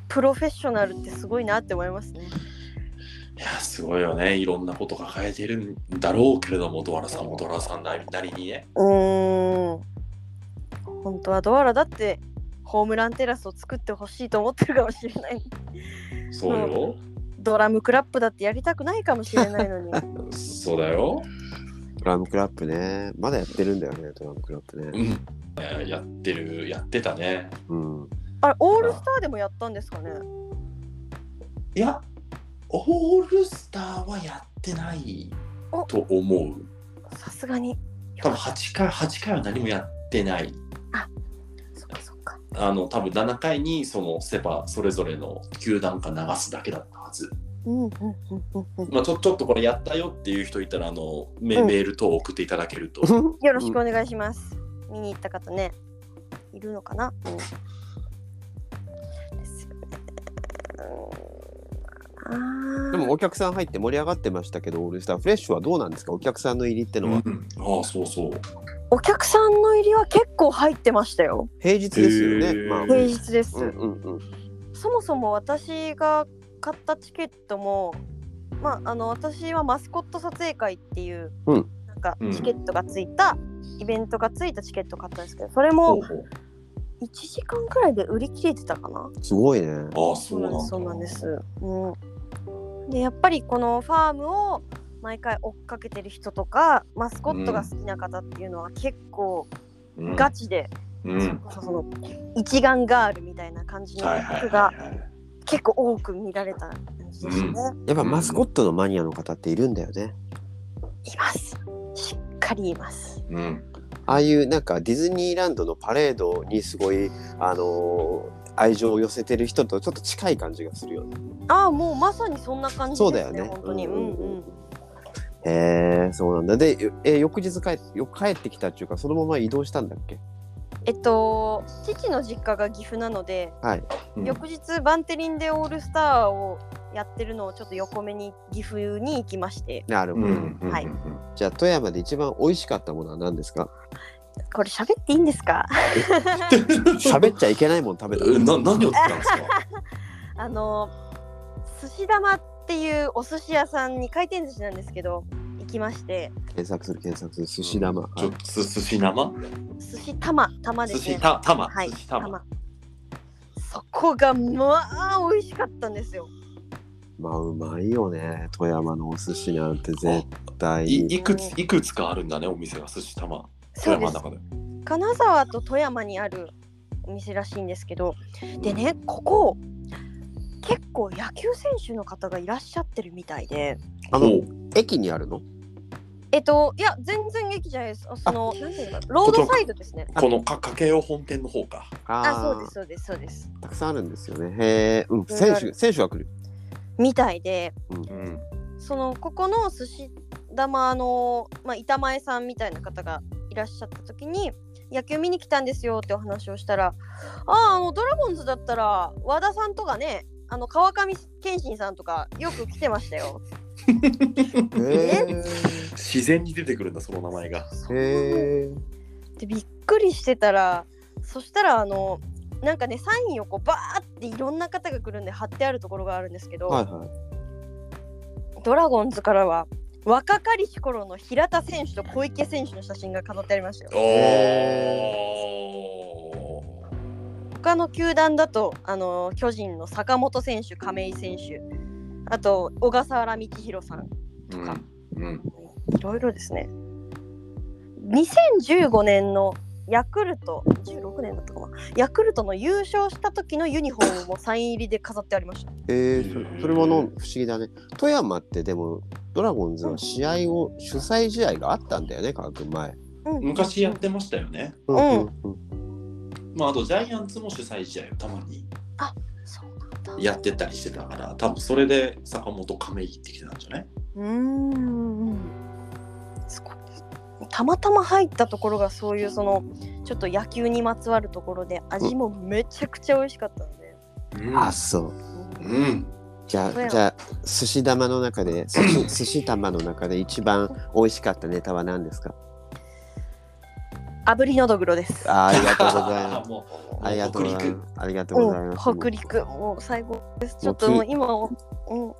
Speaker 1: プロフェッショナルってすごいなって思いますね。
Speaker 2: いや、すごいよね。いろんなこと抱えてるんだろうけれども、ドアラさんもドアラさんなりなりにね。
Speaker 1: うーん。本当はドアラだってホームランテラスを作ってほしいと思ってるかもしれない。
Speaker 2: そうよ。
Speaker 1: ドラムクラップだってやりたくないかもしれないのに。
Speaker 2: そうだよ。
Speaker 3: ドラムクラップね。まだやってるんだよね、ドラムクラップ
Speaker 2: う
Speaker 3: ね。
Speaker 2: ん。いややってる、やってたね。
Speaker 3: うん。
Speaker 1: あれオールスターでもやったんですかね。
Speaker 2: いや、オールスターはやってない
Speaker 1: お
Speaker 2: と思う。
Speaker 1: さすがに。
Speaker 2: 多分8回、8回は何もやってない。
Speaker 1: そっかそっか。
Speaker 2: あの、多分7回にそのセパそれぞれの球団か流すだけだったはず。
Speaker 1: うんうんうんうんうん。
Speaker 2: まあ、ちょちょっとこれやったよっていう人いたら、あの、メ,、
Speaker 1: うん
Speaker 2: メール等を送っていただけると。
Speaker 1: よろしくお願いします。見に行った方ね、いるのかな。うん、ですよね。うんあー
Speaker 3: でもお客さん入って盛り上がってましたけど、オールスターフレッシュはどうなんですかお客さんの入りってのは。
Speaker 2: うん、ああ、そうそう。
Speaker 1: お客さんの入りは結構入ってましたよ。
Speaker 3: 平日ですよ
Speaker 2: へ
Speaker 3: ね。
Speaker 2: ー
Speaker 3: まあ、
Speaker 1: 平日です。
Speaker 3: うんうんうん。
Speaker 1: そもそも私が買ったチケットも、まああの私はマスコット撮影会っていう、
Speaker 3: うん
Speaker 1: なんか
Speaker 2: うん
Speaker 1: チケットがついた、イベントがついたチケットを買ったんですけど、それ
Speaker 2: ほう
Speaker 1: も
Speaker 2: ほう
Speaker 1: 1時間くらいで売り切れてたかな。
Speaker 3: すごいね。
Speaker 2: ああ、そうなんだ。
Speaker 1: そうなんです。うん、でやっぱりこのファームを毎回追っかけてる人とかマスコットが好きな方っていうのは結構
Speaker 2: うん
Speaker 1: ガチで、
Speaker 2: うん。
Speaker 1: それこそその一眼ガールみたいな感じの
Speaker 2: はいはいはい
Speaker 1: 服
Speaker 2: は
Speaker 1: が
Speaker 2: い。
Speaker 1: 結構多く見られた感じですね。
Speaker 3: やっぱマスコットのマニアの方っているんだよね。
Speaker 1: います。しっかりいます。
Speaker 2: うん。
Speaker 3: ああいうなんかディズニーランドのパレードにすごい、あのー愛情を寄せてる人とちょっと近い感じがするよね。
Speaker 1: ああもうまさにそんな感じですね。
Speaker 3: そうだよね。
Speaker 1: 本当に。う
Speaker 3: うん
Speaker 1: ん
Speaker 3: う
Speaker 1: うん
Speaker 3: うん
Speaker 1: ん。
Speaker 3: へえ、そうなんだ。で、え、翌日帰っよ帰ってきたっていうか、そのまま移動したんだっけ
Speaker 1: えっと父の実家が岐阜なので。
Speaker 3: はい。
Speaker 2: うん
Speaker 1: 翌日バンテリンでオールスターをやってるのをちょっと横目に岐阜に行きまして
Speaker 3: なるほ
Speaker 2: う
Speaker 3: ど。
Speaker 2: ん。うん
Speaker 1: はい。
Speaker 3: じゃあ、富山で一番美味しかったものは何ですか
Speaker 1: これ喋っていいんですか
Speaker 3: 喋っちゃいけないもん食べた。
Speaker 2: えな何を作ったんですか。
Speaker 1: あの寿司玉っていうお寿司屋さんに回転寿司なんですけど行きまして
Speaker 3: 検索する、検索する。寿司玉。
Speaker 2: ちょっとす寿司生？
Speaker 1: 寿司玉玉で
Speaker 2: 寿
Speaker 1: すね
Speaker 2: 司た玉。
Speaker 1: はい
Speaker 2: 寿司玉。
Speaker 1: 玉そこがまあ美味しかったんですよ
Speaker 3: まあ、うまいよね。富山のお寿司なんて絶対
Speaker 2: い
Speaker 3: に。
Speaker 2: いくついくつかあるんだねお店が寿司玉。
Speaker 1: そうで
Speaker 2: 富山
Speaker 1: す
Speaker 2: の中で。
Speaker 1: 金沢と富山にあるお店らしいんですけどでねここ結構野球選手の方がいらっしゃってるみたいで
Speaker 3: あ
Speaker 2: お
Speaker 3: の、
Speaker 2: う
Speaker 3: 駅にあるの
Speaker 1: えっといや全然駅じゃないですあそのなんていうのかロードサイドですね
Speaker 2: このか家計を本店の方か。
Speaker 1: あそう
Speaker 3: ー
Speaker 1: ですそうですそうです
Speaker 3: たくさんあるんですよね。へえ、うん、
Speaker 1: ろい
Speaker 3: 選
Speaker 1: ろ
Speaker 3: 手、選手は来る。
Speaker 1: みたいで
Speaker 2: うん。
Speaker 1: そのここの寿司玉の、まあ、板前さんみたいな方がいらっしゃった時に野球見に来たんですよってお話をしたら「あああのドラゴンズだったら和田さんとかねあの川上健信さんとかよく来てましたよ」
Speaker 3: へ
Speaker 2: 自然に出てくるんだその名前が。
Speaker 3: え。へえ。
Speaker 1: でびっくりしてたらそしたらあのなんかねサインをこうバーっていろんな方が来るんで貼ってあるところがあるんですけど、
Speaker 3: はいはい。
Speaker 1: ドラゴンズからは若かりし頃の平田選手と小池選手の写真が飾ってありましたよ。
Speaker 2: お
Speaker 3: へ
Speaker 2: お。
Speaker 1: 他の球団だとあの巨人の坂本選手亀井選手あと小笠原道弘さん
Speaker 2: うん。うん。
Speaker 1: いろいろですね。2015年のヤクルト16年だったかなヤクルトの優勝した時のユニフォームもサイン入りで飾ってありました。
Speaker 3: えー、そそれもの不思議だね。富山ってでもドラゴンズは試合を主催試合があったんだよね、川君前。
Speaker 1: うん
Speaker 2: 昔やってましたよね。
Speaker 3: うんうん
Speaker 2: まああとジャイアンツも主催試合をたまに
Speaker 1: そうなんだ
Speaker 2: やってたりしてたから、多分それで坂本亀井ってきてたんじゃない？
Speaker 1: うーんすごいですたまたま入ったところがそういうそのちょっと野球にまつわるところで味もめちゃくちゃ美味しかったんで、
Speaker 2: うん
Speaker 3: あ、そう。
Speaker 2: うん。
Speaker 3: じゃ
Speaker 1: そうや
Speaker 3: あ、じゃあ、寿司玉の中で、寿司寿司玉の中で一番美味しかったネタは何ですか
Speaker 1: 炙りのどぐろです
Speaker 3: あありがとうござい ます。
Speaker 2: もう
Speaker 3: ありがとうござい
Speaker 2: 北陸
Speaker 3: ます。ありがとうござい
Speaker 1: うん
Speaker 3: ます。
Speaker 1: 北陸もう最後ですちょっと
Speaker 3: も
Speaker 1: も
Speaker 3: う
Speaker 1: う今お,、うん、お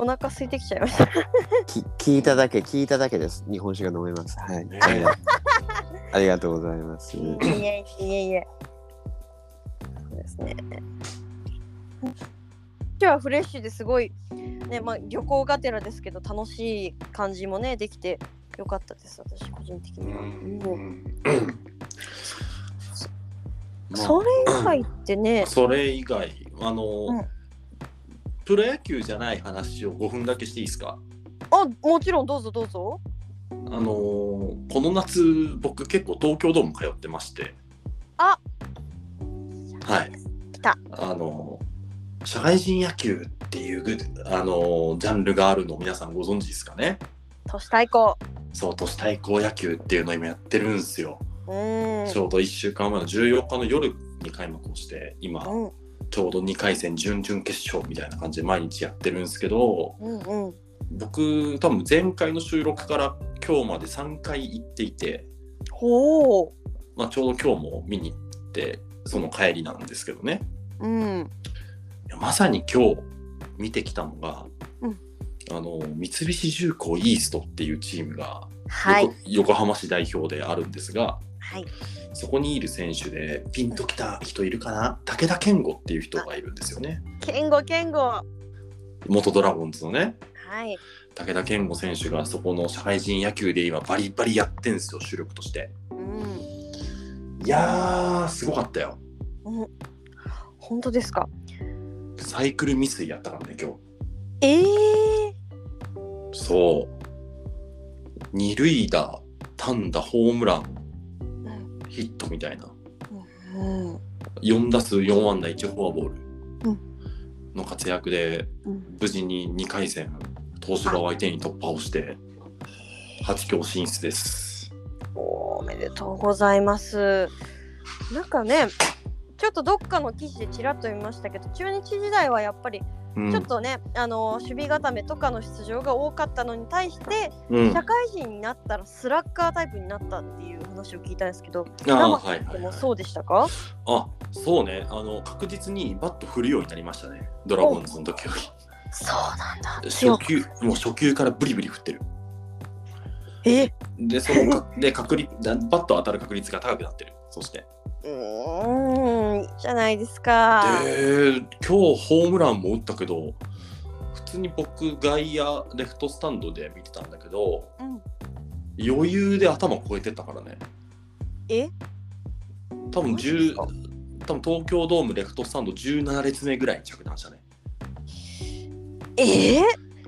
Speaker 1: 腹空いてきちゃいました
Speaker 3: き聞いただけ聞いただけです。日本酒が飲めます。はい。
Speaker 2: ね
Speaker 3: ありがありがとうございます。
Speaker 1: いえいえいえいえそうですね今日はフレッシュですごい、ねまあ、旅行がてらですけど楽しい感じもねできてよかったです私個人的
Speaker 2: う
Speaker 1: には、
Speaker 2: ん
Speaker 1: うん
Speaker 2: まあ
Speaker 1: それ以外ってね
Speaker 2: それ以外あの、
Speaker 1: うん
Speaker 2: プロ野球じゃない話を5分だけしていいですか
Speaker 1: あもちろんどうぞどうぞ
Speaker 2: あのこの夏僕結構東京ドーム通ってまして
Speaker 1: あ
Speaker 2: はい
Speaker 1: 来た
Speaker 2: あの社会人野球っていうぐあのジャンルがあるの皆さんご存知ですかね
Speaker 1: 都市対抗
Speaker 2: そう都市対抗野球っていうのを今やってるんですよ、
Speaker 1: うん
Speaker 2: ちょうど1週間前の14日の夜に開幕をして今
Speaker 1: うん
Speaker 2: ちょうど2回戦準々決勝みたいな感じで毎日やってるんですけど
Speaker 1: うんうん
Speaker 2: 僕多分前回の収録から今日まで3回行っていて、
Speaker 1: ほう
Speaker 2: まあ、ちょうど今日も見に行ってその帰りなんですけどね
Speaker 1: うん
Speaker 2: いやまさに今日見てきたのが、
Speaker 1: うん
Speaker 2: あの三菱重工イーストっていうチームが
Speaker 1: はい
Speaker 2: 横横浜市代表であるんですが
Speaker 1: はい
Speaker 2: そこにいる選手でピンときた人いるかな武田健吾っていう人がいるんですよね
Speaker 1: 健吾健吾は
Speaker 2: 元ドラゴンズのね
Speaker 1: い
Speaker 2: 武田健吾選手がそこの社会人野球で今バリバリやってんすよ主力として
Speaker 1: うん
Speaker 2: いやーすごかったよ
Speaker 1: 本当ですか
Speaker 2: サイクル未遂やったからね今
Speaker 1: ええ
Speaker 2: 日そう二塁打単打ホームラン
Speaker 1: うん
Speaker 2: ヒットみたいな
Speaker 1: うん
Speaker 2: 4打数4安打1フォアボール
Speaker 1: うん
Speaker 2: の活躍で
Speaker 1: うん
Speaker 2: 無事に2回戦東芝を相手に突破をして8強進出です
Speaker 1: おめでとうございますなんかねちょっとどっかの記事でちらっと見ましたけど中日時代はやっぱり
Speaker 2: うん
Speaker 1: ちょっとね、あの守備固めとかの出場が多かったのに対して、
Speaker 2: うん
Speaker 1: 社会人になったらスラッガータイプになったっていう話を聞いたんですけど、
Speaker 2: あー
Speaker 1: 生
Speaker 2: はいはい
Speaker 1: でも
Speaker 2: はい
Speaker 1: そうでしたか？
Speaker 2: あそうねあの確実にバット振るようになりましたねドラゴンズの時より
Speaker 1: そうなんだ強
Speaker 2: 初
Speaker 1: く。
Speaker 2: 球もう初球からブリブリ振ってる
Speaker 1: え、
Speaker 2: でそ のかで確率だバット当たる確率が高くなってるそして
Speaker 1: うーん、いいじゃないですか。
Speaker 2: で今日ホームランも打ったけど普通に僕外野レフトスタンドで見てたんだけど
Speaker 1: うん、
Speaker 2: 余裕で頭超えてたからね
Speaker 1: え、
Speaker 2: 多分
Speaker 1: マジです
Speaker 2: 10
Speaker 1: か
Speaker 2: 多分東京ドームレフトスタンド17列目ぐらいに着弾したね
Speaker 1: え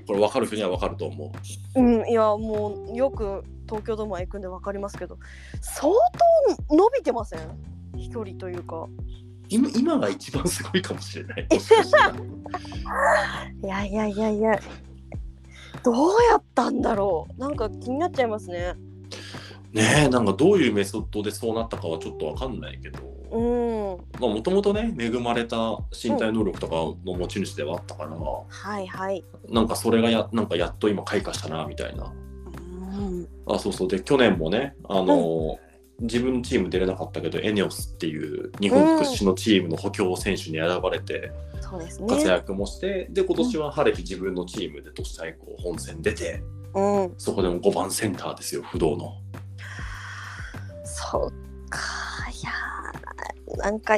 Speaker 2: これ分かる人には分かると思う
Speaker 1: うん、いやもうよく東京ドームは行くんでわかりますけど、相当伸びてません？飛距離というか。
Speaker 2: 今今が一番すごいかもしれない。もしかしたら
Speaker 1: いやいやいやいや。どうやったんだろう。なんか気になっちゃいますね。
Speaker 2: ねえなんかどういうメソッドでそうなったかはちょっとわかんないけど
Speaker 1: うん、は
Speaker 2: まあもともとね恵まれた身体能力とかの持ち主ではあったから、
Speaker 1: いはい。
Speaker 2: なんかそれがやなんかやっと今開花したなみたいな
Speaker 1: うん、
Speaker 2: あそうそうで去年もねあの、自分のチーム出れなかったけどエネオスっていう日本屈指のチームの補強選手に選ばれて
Speaker 1: そうです
Speaker 2: 活
Speaker 1: ね。
Speaker 2: 躍もして、で今年は晴れて自分のチームで都市対抗本戦出て
Speaker 1: うん、
Speaker 2: そこでも5番センターですよ不動の。
Speaker 1: そうか。いやー、なんか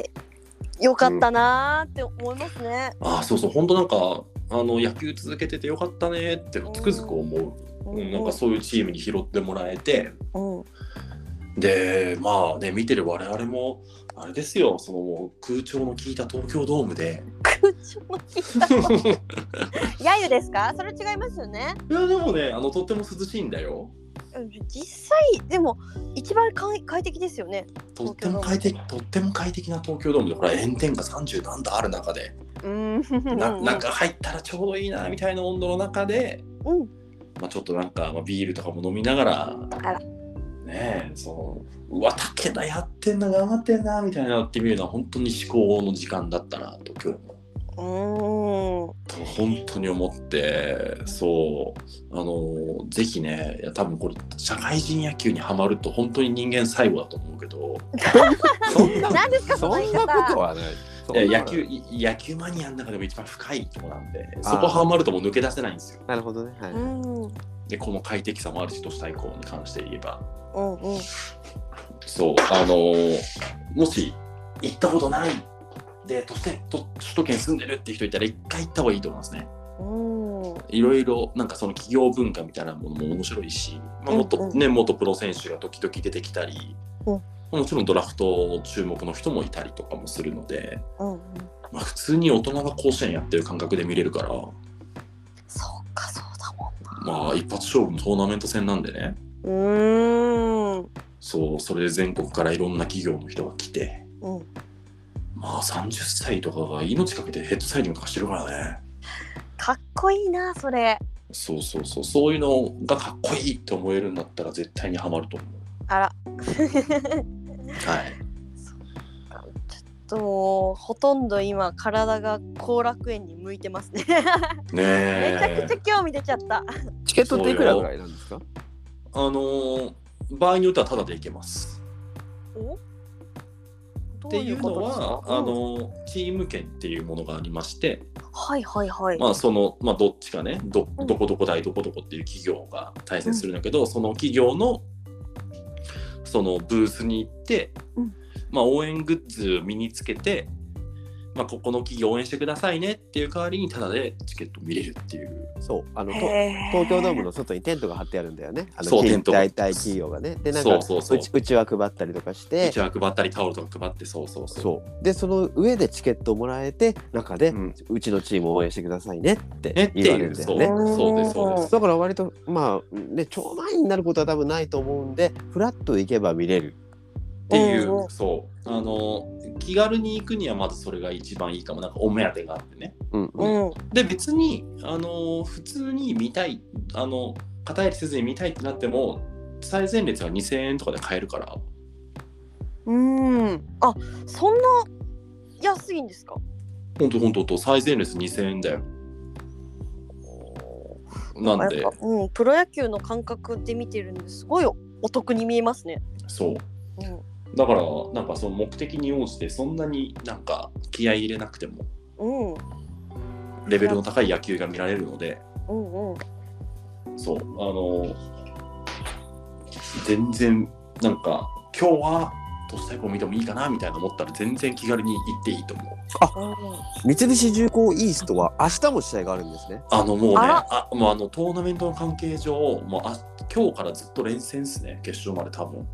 Speaker 1: 良かったなーって思いますね。
Speaker 2: ああそうそう本当なんかあの野球続けててよかったねってつくづく思う、うん、なんかそういうチームに拾ってもらえて
Speaker 1: うん、
Speaker 2: でまあね見てる我々もあれですよそのもう空調の効いた東京ドームで
Speaker 1: 空調の 聞いた。
Speaker 2: い
Speaker 1: やゆですか？それ違いますよね。
Speaker 2: やでもねあのとっても涼しいんだよ
Speaker 1: うん実際でも一番かい快適ですよね。
Speaker 2: とっても快適とっても快適な東京ドームでほら炎天下30何度ある中で
Speaker 1: うん。
Speaker 2: な中入ったらちょうどいいなみたいな温度の中で
Speaker 1: うん。
Speaker 2: まあ、ちょっとなんか、まあ、ビールとかも飲みながら
Speaker 1: あら
Speaker 2: ねえそううわ武田やってんな頑張ってんなみたいなのってみるのは本当に至高の時間だったなと今日も
Speaker 1: うーん。
Speaker 2: と本当に思ってそうあのぜひねいや多分これ社会人野球にはまると本当に人間最後だと思う けどそんな
Speaker 1: 何ですかその
Speaker 3: そ
Speaker 1: 言い
Speaker 3: んな
Speaker 1: 方。
Speaker 3: ことはない。
Speaker 2: い
Speaker 3: そんな
Speaker 2: や
Speaker 3: こ
Speaker 2: 野球
Speaker 3: とは
Speaker 2: い野球マニアの中でも一番深いとこなんでそこはまるともう抜け出せないんですよ
Speaker 3: なるほどね。はい。
Speaker 1: うん。うん
Speaker 2: でこの快適さもあるし都市対抗に関して言えば
Speaker 1: うん。
Speaker 2: そうあのーもし行ったことないで都市圏都首都圏住んでるって人いたら一回行った方がいいと思いますね
Speaker 1: うん。
Speaker 2: いろいろなんかその企業文化みたいなものも面白いし、まあ、もっと
Speaker 1: うんうん
Speaker 2: ね元プロ選手が時々出てきたり、
Speaker 1: うん
Speaker 2: もちろんドラフト注目の人もいたりとかもするので、
Speaker 1: うん。
Speaker 2: まあ、普通に大人が甲子園やってる感覚で見れるから
Speaker 1: そうか、そうだもんな。
Speaker 2: まあ一発勝負のトーナメント戦なんでね
Speaker 1: うーん。
Speaker 2: そうそれで全国からいろんな企業の人が来て
Speaker 1: うん。
Speaker 2: まあ30歳とかが命かけてヘッドサイディングとかしてるからね
Speaker 1: かっこいいな、それ。
Speaker 2: そうそうそうそういうのがかっこいいって思えるんだったら絶対にハマると思う
Speaker 1: あら。
Speaker 2: はい
Speaker 1: ちょっともうほとんど今体が後楽園に向いてますね
Speaker 2: ね
Speaker 1: めちゃくちゃ
Speaker 2: え
Speaker 1: 興味出ちゃった
Speaker 3: チケットっていくらぐらいなんですか
Speaker 2: あのー場合によってはタダで行けます
Speaker 1: おど
Speaker 2: っていうのは
Speaker 1: ことですか
Speaker 2: あ
Speaker 1: うん
Speaker 2: のーチーム券っていうものがありまして、
Speaker 1: はいはいはい、
Speaker 2: まあそのまあ、どっちかねど
Speaker 1: うん
Speaker 2: どこどこ大どこどこっていう企業が対戦するんだけど、その企業のそのブースに行って、
Speaker 1: うん
Speaker 2: まあ、応援グッズ身につけて、まあ、ここの企業応援してくださいねっていう代わりにただでチケット見れるっていう
Speaker 3: そう。あの、と
Speaker 1: へー
Speaker 3: 東京ドームの外にテントが張ってあるんだよね。あの
Speaker 2: そうテント
Speaker 3: 大体企業がね。で、なんか、
Speaker 2: そうそうそう
Speaker 3: ちうちわ配ったりとかして
Speaker 2: 一、応配ったりタオルとか配ってそうそうそう
Speaker 3: そう。で、その上でチケットをもらえて、中で、
Speaker 2: うん
Speaker 3: うちのチームを応援してくださいねって
Speaker 2: ねって
Speaker 3: 言われ
Speaker 2: い
Speaker 3: るん
Speaker 2: う
Speaker 3: だ
Speaker 2: そ
Speaker 3: よ
Speaker 2: う
Speaker 3: ね。
Speaker 2: そうですそうです
Speaker 3: だから割とまあね超満員になることは多分ないと思うんでフラッと行けば見れる
Speaker 2: っていううん
Speaker 1: うん
Speaker 2: そうあの気軽に行くにはまずそれが一番いいかもなんかお目当てがあってね
Speaker 3: うん
Speaker 1: う
Speaker 3: うん
Speaker 1: ん
Speaker 2: で別にあの普通に見たいあの肩入りせずに見たいってなっても最前列は2000円とかで買えるから
Speaker 1: うんあそんな安いんですか
Speaker 2: 本当本当と最前列2000円だよなんで
Speaker 1: やっぱうん、プロ野球の感覚で見てるんですごいお得に見えますね、
Speaker 2: そう
Speaker 1: うん
Speaker 2: だからなんかその目的に応じてそんなになんか気合い入れなくても
Speaker 1: うん、
Speaker 2: レベルの高い野球が見られるので
Speaker 1: うんうん
Speaker 2: そう、あの、全然、なんか、今日は、都市対抗見てもいいかなみたいな思ったら、全然気軽に行っていいと思う。
Speaker 3: 三菱重工イーストは明日も試合があるんですね
Speaker 2: あの、もうね、
Speaker 1: あら
Speaker 2: あもうあのトーナメントの関係上、もうあ今日からずっと連戦ですね、決勝まで多分、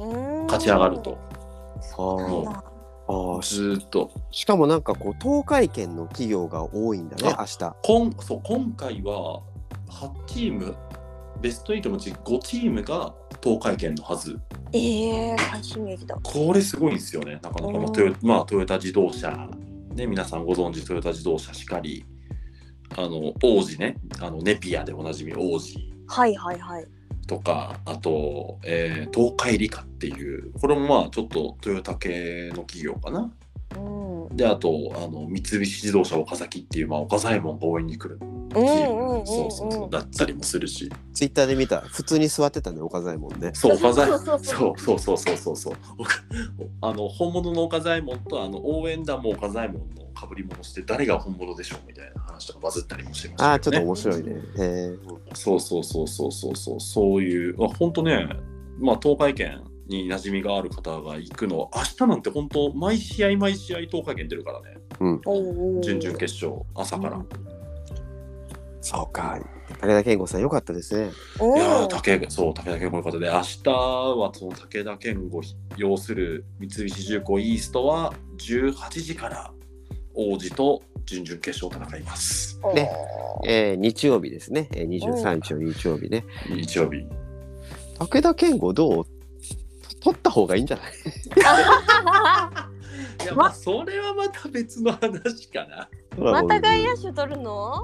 Speaker 1: うん
Speaker 2: 勝ち上がると、
Speaker 1: そうなんだ
Speaker 3: あーし
Speaker 2: ずーっと。
Speaker 3: しかもなんかこう東海圏の企業が多いんだね明日
Speaker 2: こんそう今回は、8チーム、ベスト8のうち5チームが東海圏のはず。
Speaker 1: ええー、快進撃だ
Speaker 2: これすごいんですよね、なかなか、まあ
Speaker 1: うん
Speaker 2: トヨまあ、トヨタ自動車、ね、皆さんご存知トヨタ自動車しかり、あの王子ね、あのネピアでおなじみ王子
Speaker 1: はいはいはい
Speaker 2: とか、あと、えー東海理科っていう、これもまあちょっとトヨタ系の企業かな。
Speaker 1: うん
Speaker 2: で、あと、あの三菱自動車岡崎っていう、まあ、岡左衛門が応援に来る
Speaker 1: う
Speaker 2: チ
Speaker 1: んう
Speaker 2: ー
Speaker 1: んうんう
Speaker 2: ム
Speaker 1: ん
Speaker 2: そうそうそうだったりもするし、
Speaker 3: ツイッターで見た普通に座ってたね岡左衛門ね
Speaker 2: そう、岡左衛 門
Speaker 1: そうそう
Speaker 2: そうそうそうそうそうそう。おかあの本物の岡左衛門とあの応援団も岡左衛門の被り物して誰が本物でしょうみたいな話とかバズったりもしてまし
Speaker 3: あ
Speaker 2: た
Speaker 3: あち
Speaker 2: け
Speaker 3: ょっ
Speaker 2: ど
Speaker 3: と
Speaker 2: ね。
Speaker 3: 面白いねへー
Speaker 2: そうそうそうそうそうそうそういうまあ本当ね、まあ東海圏に馴染みがある方が行くのは明日なんて本当毎試合毎試合東海圏出るからね。
Speaker 1: おー
Speaker 2: 準々決勝朝から。
Speaker 1: うん
Speaker 3: そうか武田健吾さん良かったですね
Speaker 1: お
Speaker 2: いや
Speaker 1: ー
Speaker 2: ー武そう武田健吾の方で明日はその武田健吾擁する三菱重工イーストは18時から王子と準々決勝を戦います
Speaker 3: ねえー日曜日ですね、えー、23日の日曜日ね
Speaker 2: 日曜日
Speaker 3: 武田健吾どうと取った方がいいんじゃない
Speaker 2: いやまあそれはまた別の話かな
Speaker 1: また外野手取るの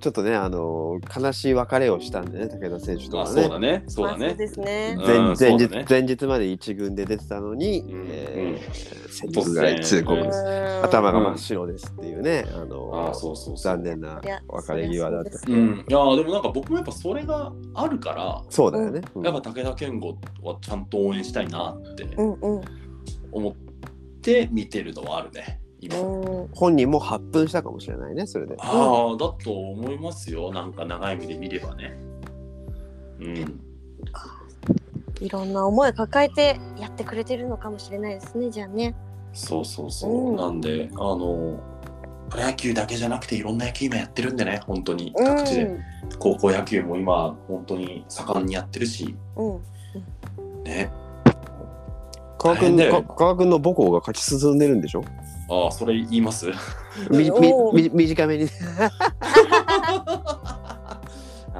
Speaker 3: ちょっとね、あの悲しい別れをしたんでね、武田選手と
Speaker 2: あ
Speaker 3: か
Speaker 2: そう
Speaker 3: ね
Speaker 2: だ。ね。そう
Speaker 1: ま
Speaker 2: だ
Speaker 1: あそう
Speaker 2: ね。
Speaker 1: ですね。
Speaker 2: うん
Speaker 3: 前前
Speaker 2: そ
Speaker 3: 日
Speaker 2: うだね
Speaker 3: 前日まで一軍で出てたのに、
Speaker 2: うん
Speaker 3: えー戦
Speaker 2: 突然
Speaker 3: 力外通告です、
Speaker 1: うん
Speaker 3: 頭が真っ白ですっていうね、あの
Speaker 2: ああ、そうそうそう
Speaker 3: 残。念ない
Speaker 1: や
Speaker 3: 別れ際だっ
Speaker 1: そりゃそうで
Speaker 3: た
Speaker 1: す
Speaker 2: うん。いやー、でもなんか僕もやっぱそれがあるから、
Speaker 3: そうだよね、うん
Speaker 2: やっぱ武田健吾はちゃんと応援したいなって
Speaker 1: うんうん
Speaker 2: 思って見てるのはあるね。今。
Speaker 1: うん
Speaker 3: 本人も発奮したかもしれないねそれで
Speaker 2: ああ、だと思いますよ。なんか長い目で見ればね。うん。
Speaker 1: いろんな思い抱えてやってくれてるのかもしれないですねじゃあね。
Speaker 2: そうそうそう。
Speaker 1: うん
Speaker 2: なんで、あの、プロ野球だけじゃなくていろんな野球今やってるんでね、本当に。
Speaker 1: うん
Speaker 2: 各地で。高校野球も今、本当に盛んにやってるし、
Speaker 1: うん
Speaker 2: ね。
Speaker 3: 川
Speaker 2: 大
Speaker 3: 君
Speaker 2: 変だよ
Speaker 3: のか川君の母校が勝ち進んでるんでしょ
Speaker 2: ああ、それ言います。
Speaker 3: みみ
Speaker 1: おー
Speaker 3: み短めに
Speaker 2: は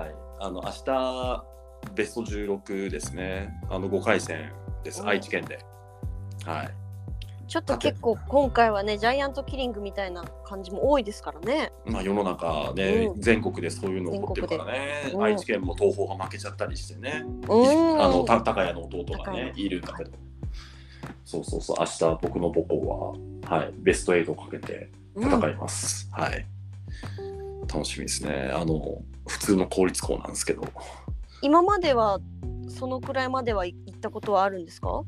Speaker 2: い。あの、明日、ベスト16ですね。あの、5回戦です。
Speaker 1: うん
Speaker 2: 愛知県で。はい。
Speaker 1: ちょっと結構今回はねジャイアントキリングみたいな感じも多いですからね。
Speaker 2: まあ、世の中ね、
Speaker 1: うん
Speaker 2: 全国でそういうの起こってるからね
Speaker 1: 全国、でうん
Speaker 2: 愛知県も東宝が負けちゃったりしてね、
Speaker 1: うん
Speaker 2: あのた高谷の弟がね
Speaker 1: 高
Speaker 2: いるんだけど、そうそうそう明日僕の母校は、はい、ベスト8をかけて
Speaker 1: うん
Speaker 2: 戦います、はい楽しみですねあの普通の公立校なんですけど
Speaker 1: 今まではそのくらいまでは行ったことはあるんですか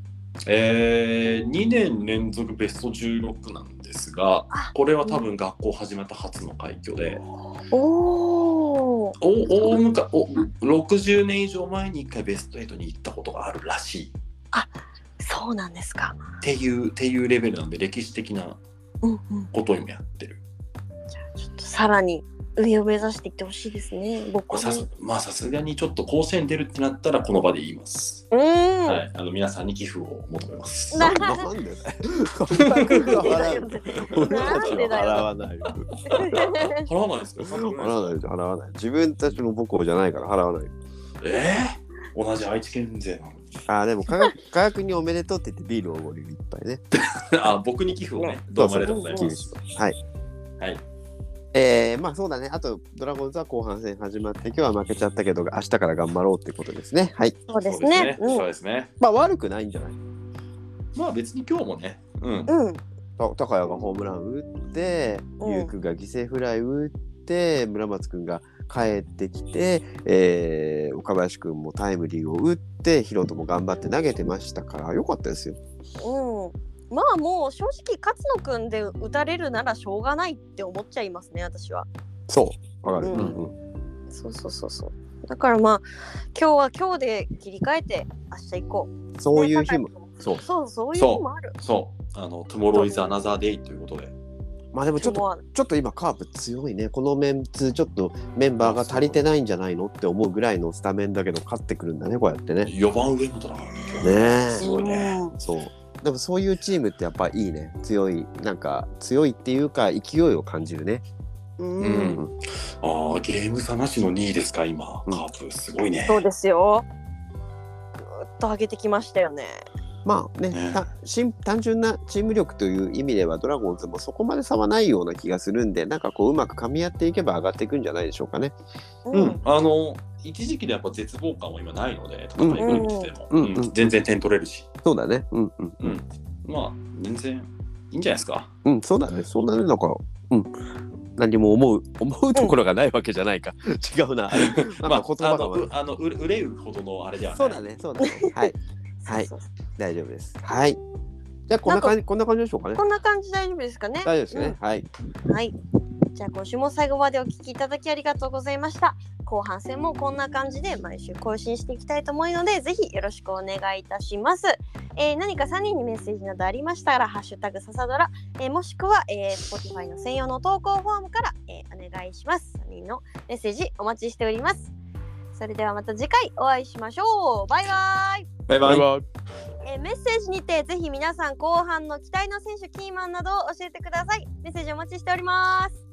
Speaker 2: えー、2年連続ベスト16なんですが
Speaker 1: あ
Speaker 2: これは多分学校始まった初の快挙で、
Speaker 1: おお
Speaker 2: お大昔お60年以上前に1回ベスト8に行ったことがあるらしい
Speaker 1: そうなんですか。
Speaker 2: っていうっていうレベルなんで歴史的な
Speaker 1: うんうん、
Speaker 2: ことを今やってる、
Speaker 1: ちょっとさらに上を目指していってほしいですね。僕
Speaker 2: まあ、
Speaker 1: は
Speaker 2: さすまあさすがにちょっと甲子園出るってなったらこの場で言います、
Speaker 1: うん、
Speaker 2: はいあの皆さんに寄付を求めます
Speaker 1: な
Speaker 3: なんで川君が払う俺た
Speaker 1: な
Speaker 3: ち
Speaker 1: ん
Speaker 3: は
Speaker 1: でだ
Speaker 3: 払
Speaker 1: よ。
Speaker 3: わないよ
Speaker 2: 払わないですか
Speaker 3: 払わない払わない自分たちの母校じゃないから払わない
Speaker 2: えー、同じ愛知県勢なのに
Speaker 3: あーでも科学科学におめでとうって言ってビールをおごりいっぱいね
Speaker 2: あ僕に寄付をねどうもありがとうございます
Speaker 3: はい
Speaker 2: はい
Speaker 3: えー、まあそうだねあとドラゴンズは後半戦始まって今日は負けちゃったけど明日から頑張ろうってことですねはい
Speaker 1: そうですね。
Speaker 2: そうですね
Speaker 3: まあ悪くないんじゃない
Speaker 2: まあ別に今日もねうん
Speaker 1: うん、うん、
Speaker 3: た高谷がホームラン打って
Speaker 1: うん
Speaker 3: 優くんが犠牲フライ打って村松くんが帰ってきて、えー岡林くんもタイムリーを打ってヒロトも頑張って投げてましたから良かったですよ
Speaker 1: うん。まあもう正直勝野くんで打たれるならしょうがないって思っちゃいますね私は。
Speaker 3: そうわかる、
Speaker 1: うん
Speaker 3: うん
Speaker 1: そうそうそうそう。だからまあ今日は今日で切り替えて明日行こう。
Speaker 3: そういう日も
Speaker 1: ね。
Speaker 3: そう
Speaker 1: 高橋君そうそういう日もある。
Speaker 2: そうあの「Tomorrow is another day」ということで
Speaker 3: まあでもちょっと
Speaker 1: 思わない
Speaker 3: ちょっと今カープ強いねこのメンツちょっとメンバーが足りてないんじゃないのって思うぐらいのスタメンだけど勝ってくるんだねこうやってねね
Speaker 2: 4番上本だからね
Speaker 3: え
Speaker 2: すごいね
Speaker 1: うん
Speaker 3: そうでもそういうチームってやっぱいいね強いなんか強いっていうか勢いを感じるね
Speaker 1: うん
Speaker 2: う。んああゲーム差なしの2位ですか今カープすごいね
Speaker 1: そうですよ。ぐーっと上げてきましたよね。
Speaker 3: まあね
Speaker 2: ね
Speaker 3: たシン単純なチーム力という意味ではドラゴンズもそこまで差はないような気がするんでなんかこううまく噛み合っていけば上がっていくんじゃないでしょうかね
Speaker 1: う
Speaker 2: うん、あの一時期でやっぱ絶望感は今ないので、戦いぶりにしても、
Speaker 3: うん
Speaker 2: うん
Speaker 3: うん
Speaker 2: 全然点取れるし、
Speaker 3: そうだねうんうん
Speaker 2: まあ、全然いいんじゃないですか。
Speaker 3: うん、そうだね。そんなね、なんか、うん。何も思う、思うところがないわけじゃないか。違うな。なんか言
Speaker 2: まあ、あ
Speaker 3: 葉が
Speaker 2: の
Speaker 3: 悪
Speaker 2: う
Speaker 3: い。
Speaker 2: あのう売れるほどのあれではない。
Speaker 3: そうだね、そうだね。はい、はい
Speaker 1: そうそう
Speaker 3: 大丈夫です。はい。じゃあ、こんな感じ、こんな感じでしょうかね
Speaker 1: こ。んな感じ大丈夫ですかね。
Speaker 3: 大丈夫ですね。はい。
Speaker 1: うん。はい。じゃあ今週も最後までお聞きいただきありがとうございました。後半戦もこんな感じで毎週更新していきたいと思うので、ぜひよろしくお願いいたします。えー何か3人にメッセージなどありましたら、ハッシュタグささドラ、えーもしくは、えー、Spotify の専用の投稿フォームから、えーお願いします。3人のメッセージお待ちしております。それではまた次回お会いしましょう。バイバイ。
Speaker 2: バイバイ。
Speaker 3: バイ。
Speaker 1: えーメッセージにてぜひ皆さん後半の期待の選手キーマンなどを教えてくださいメッセージお待ちしております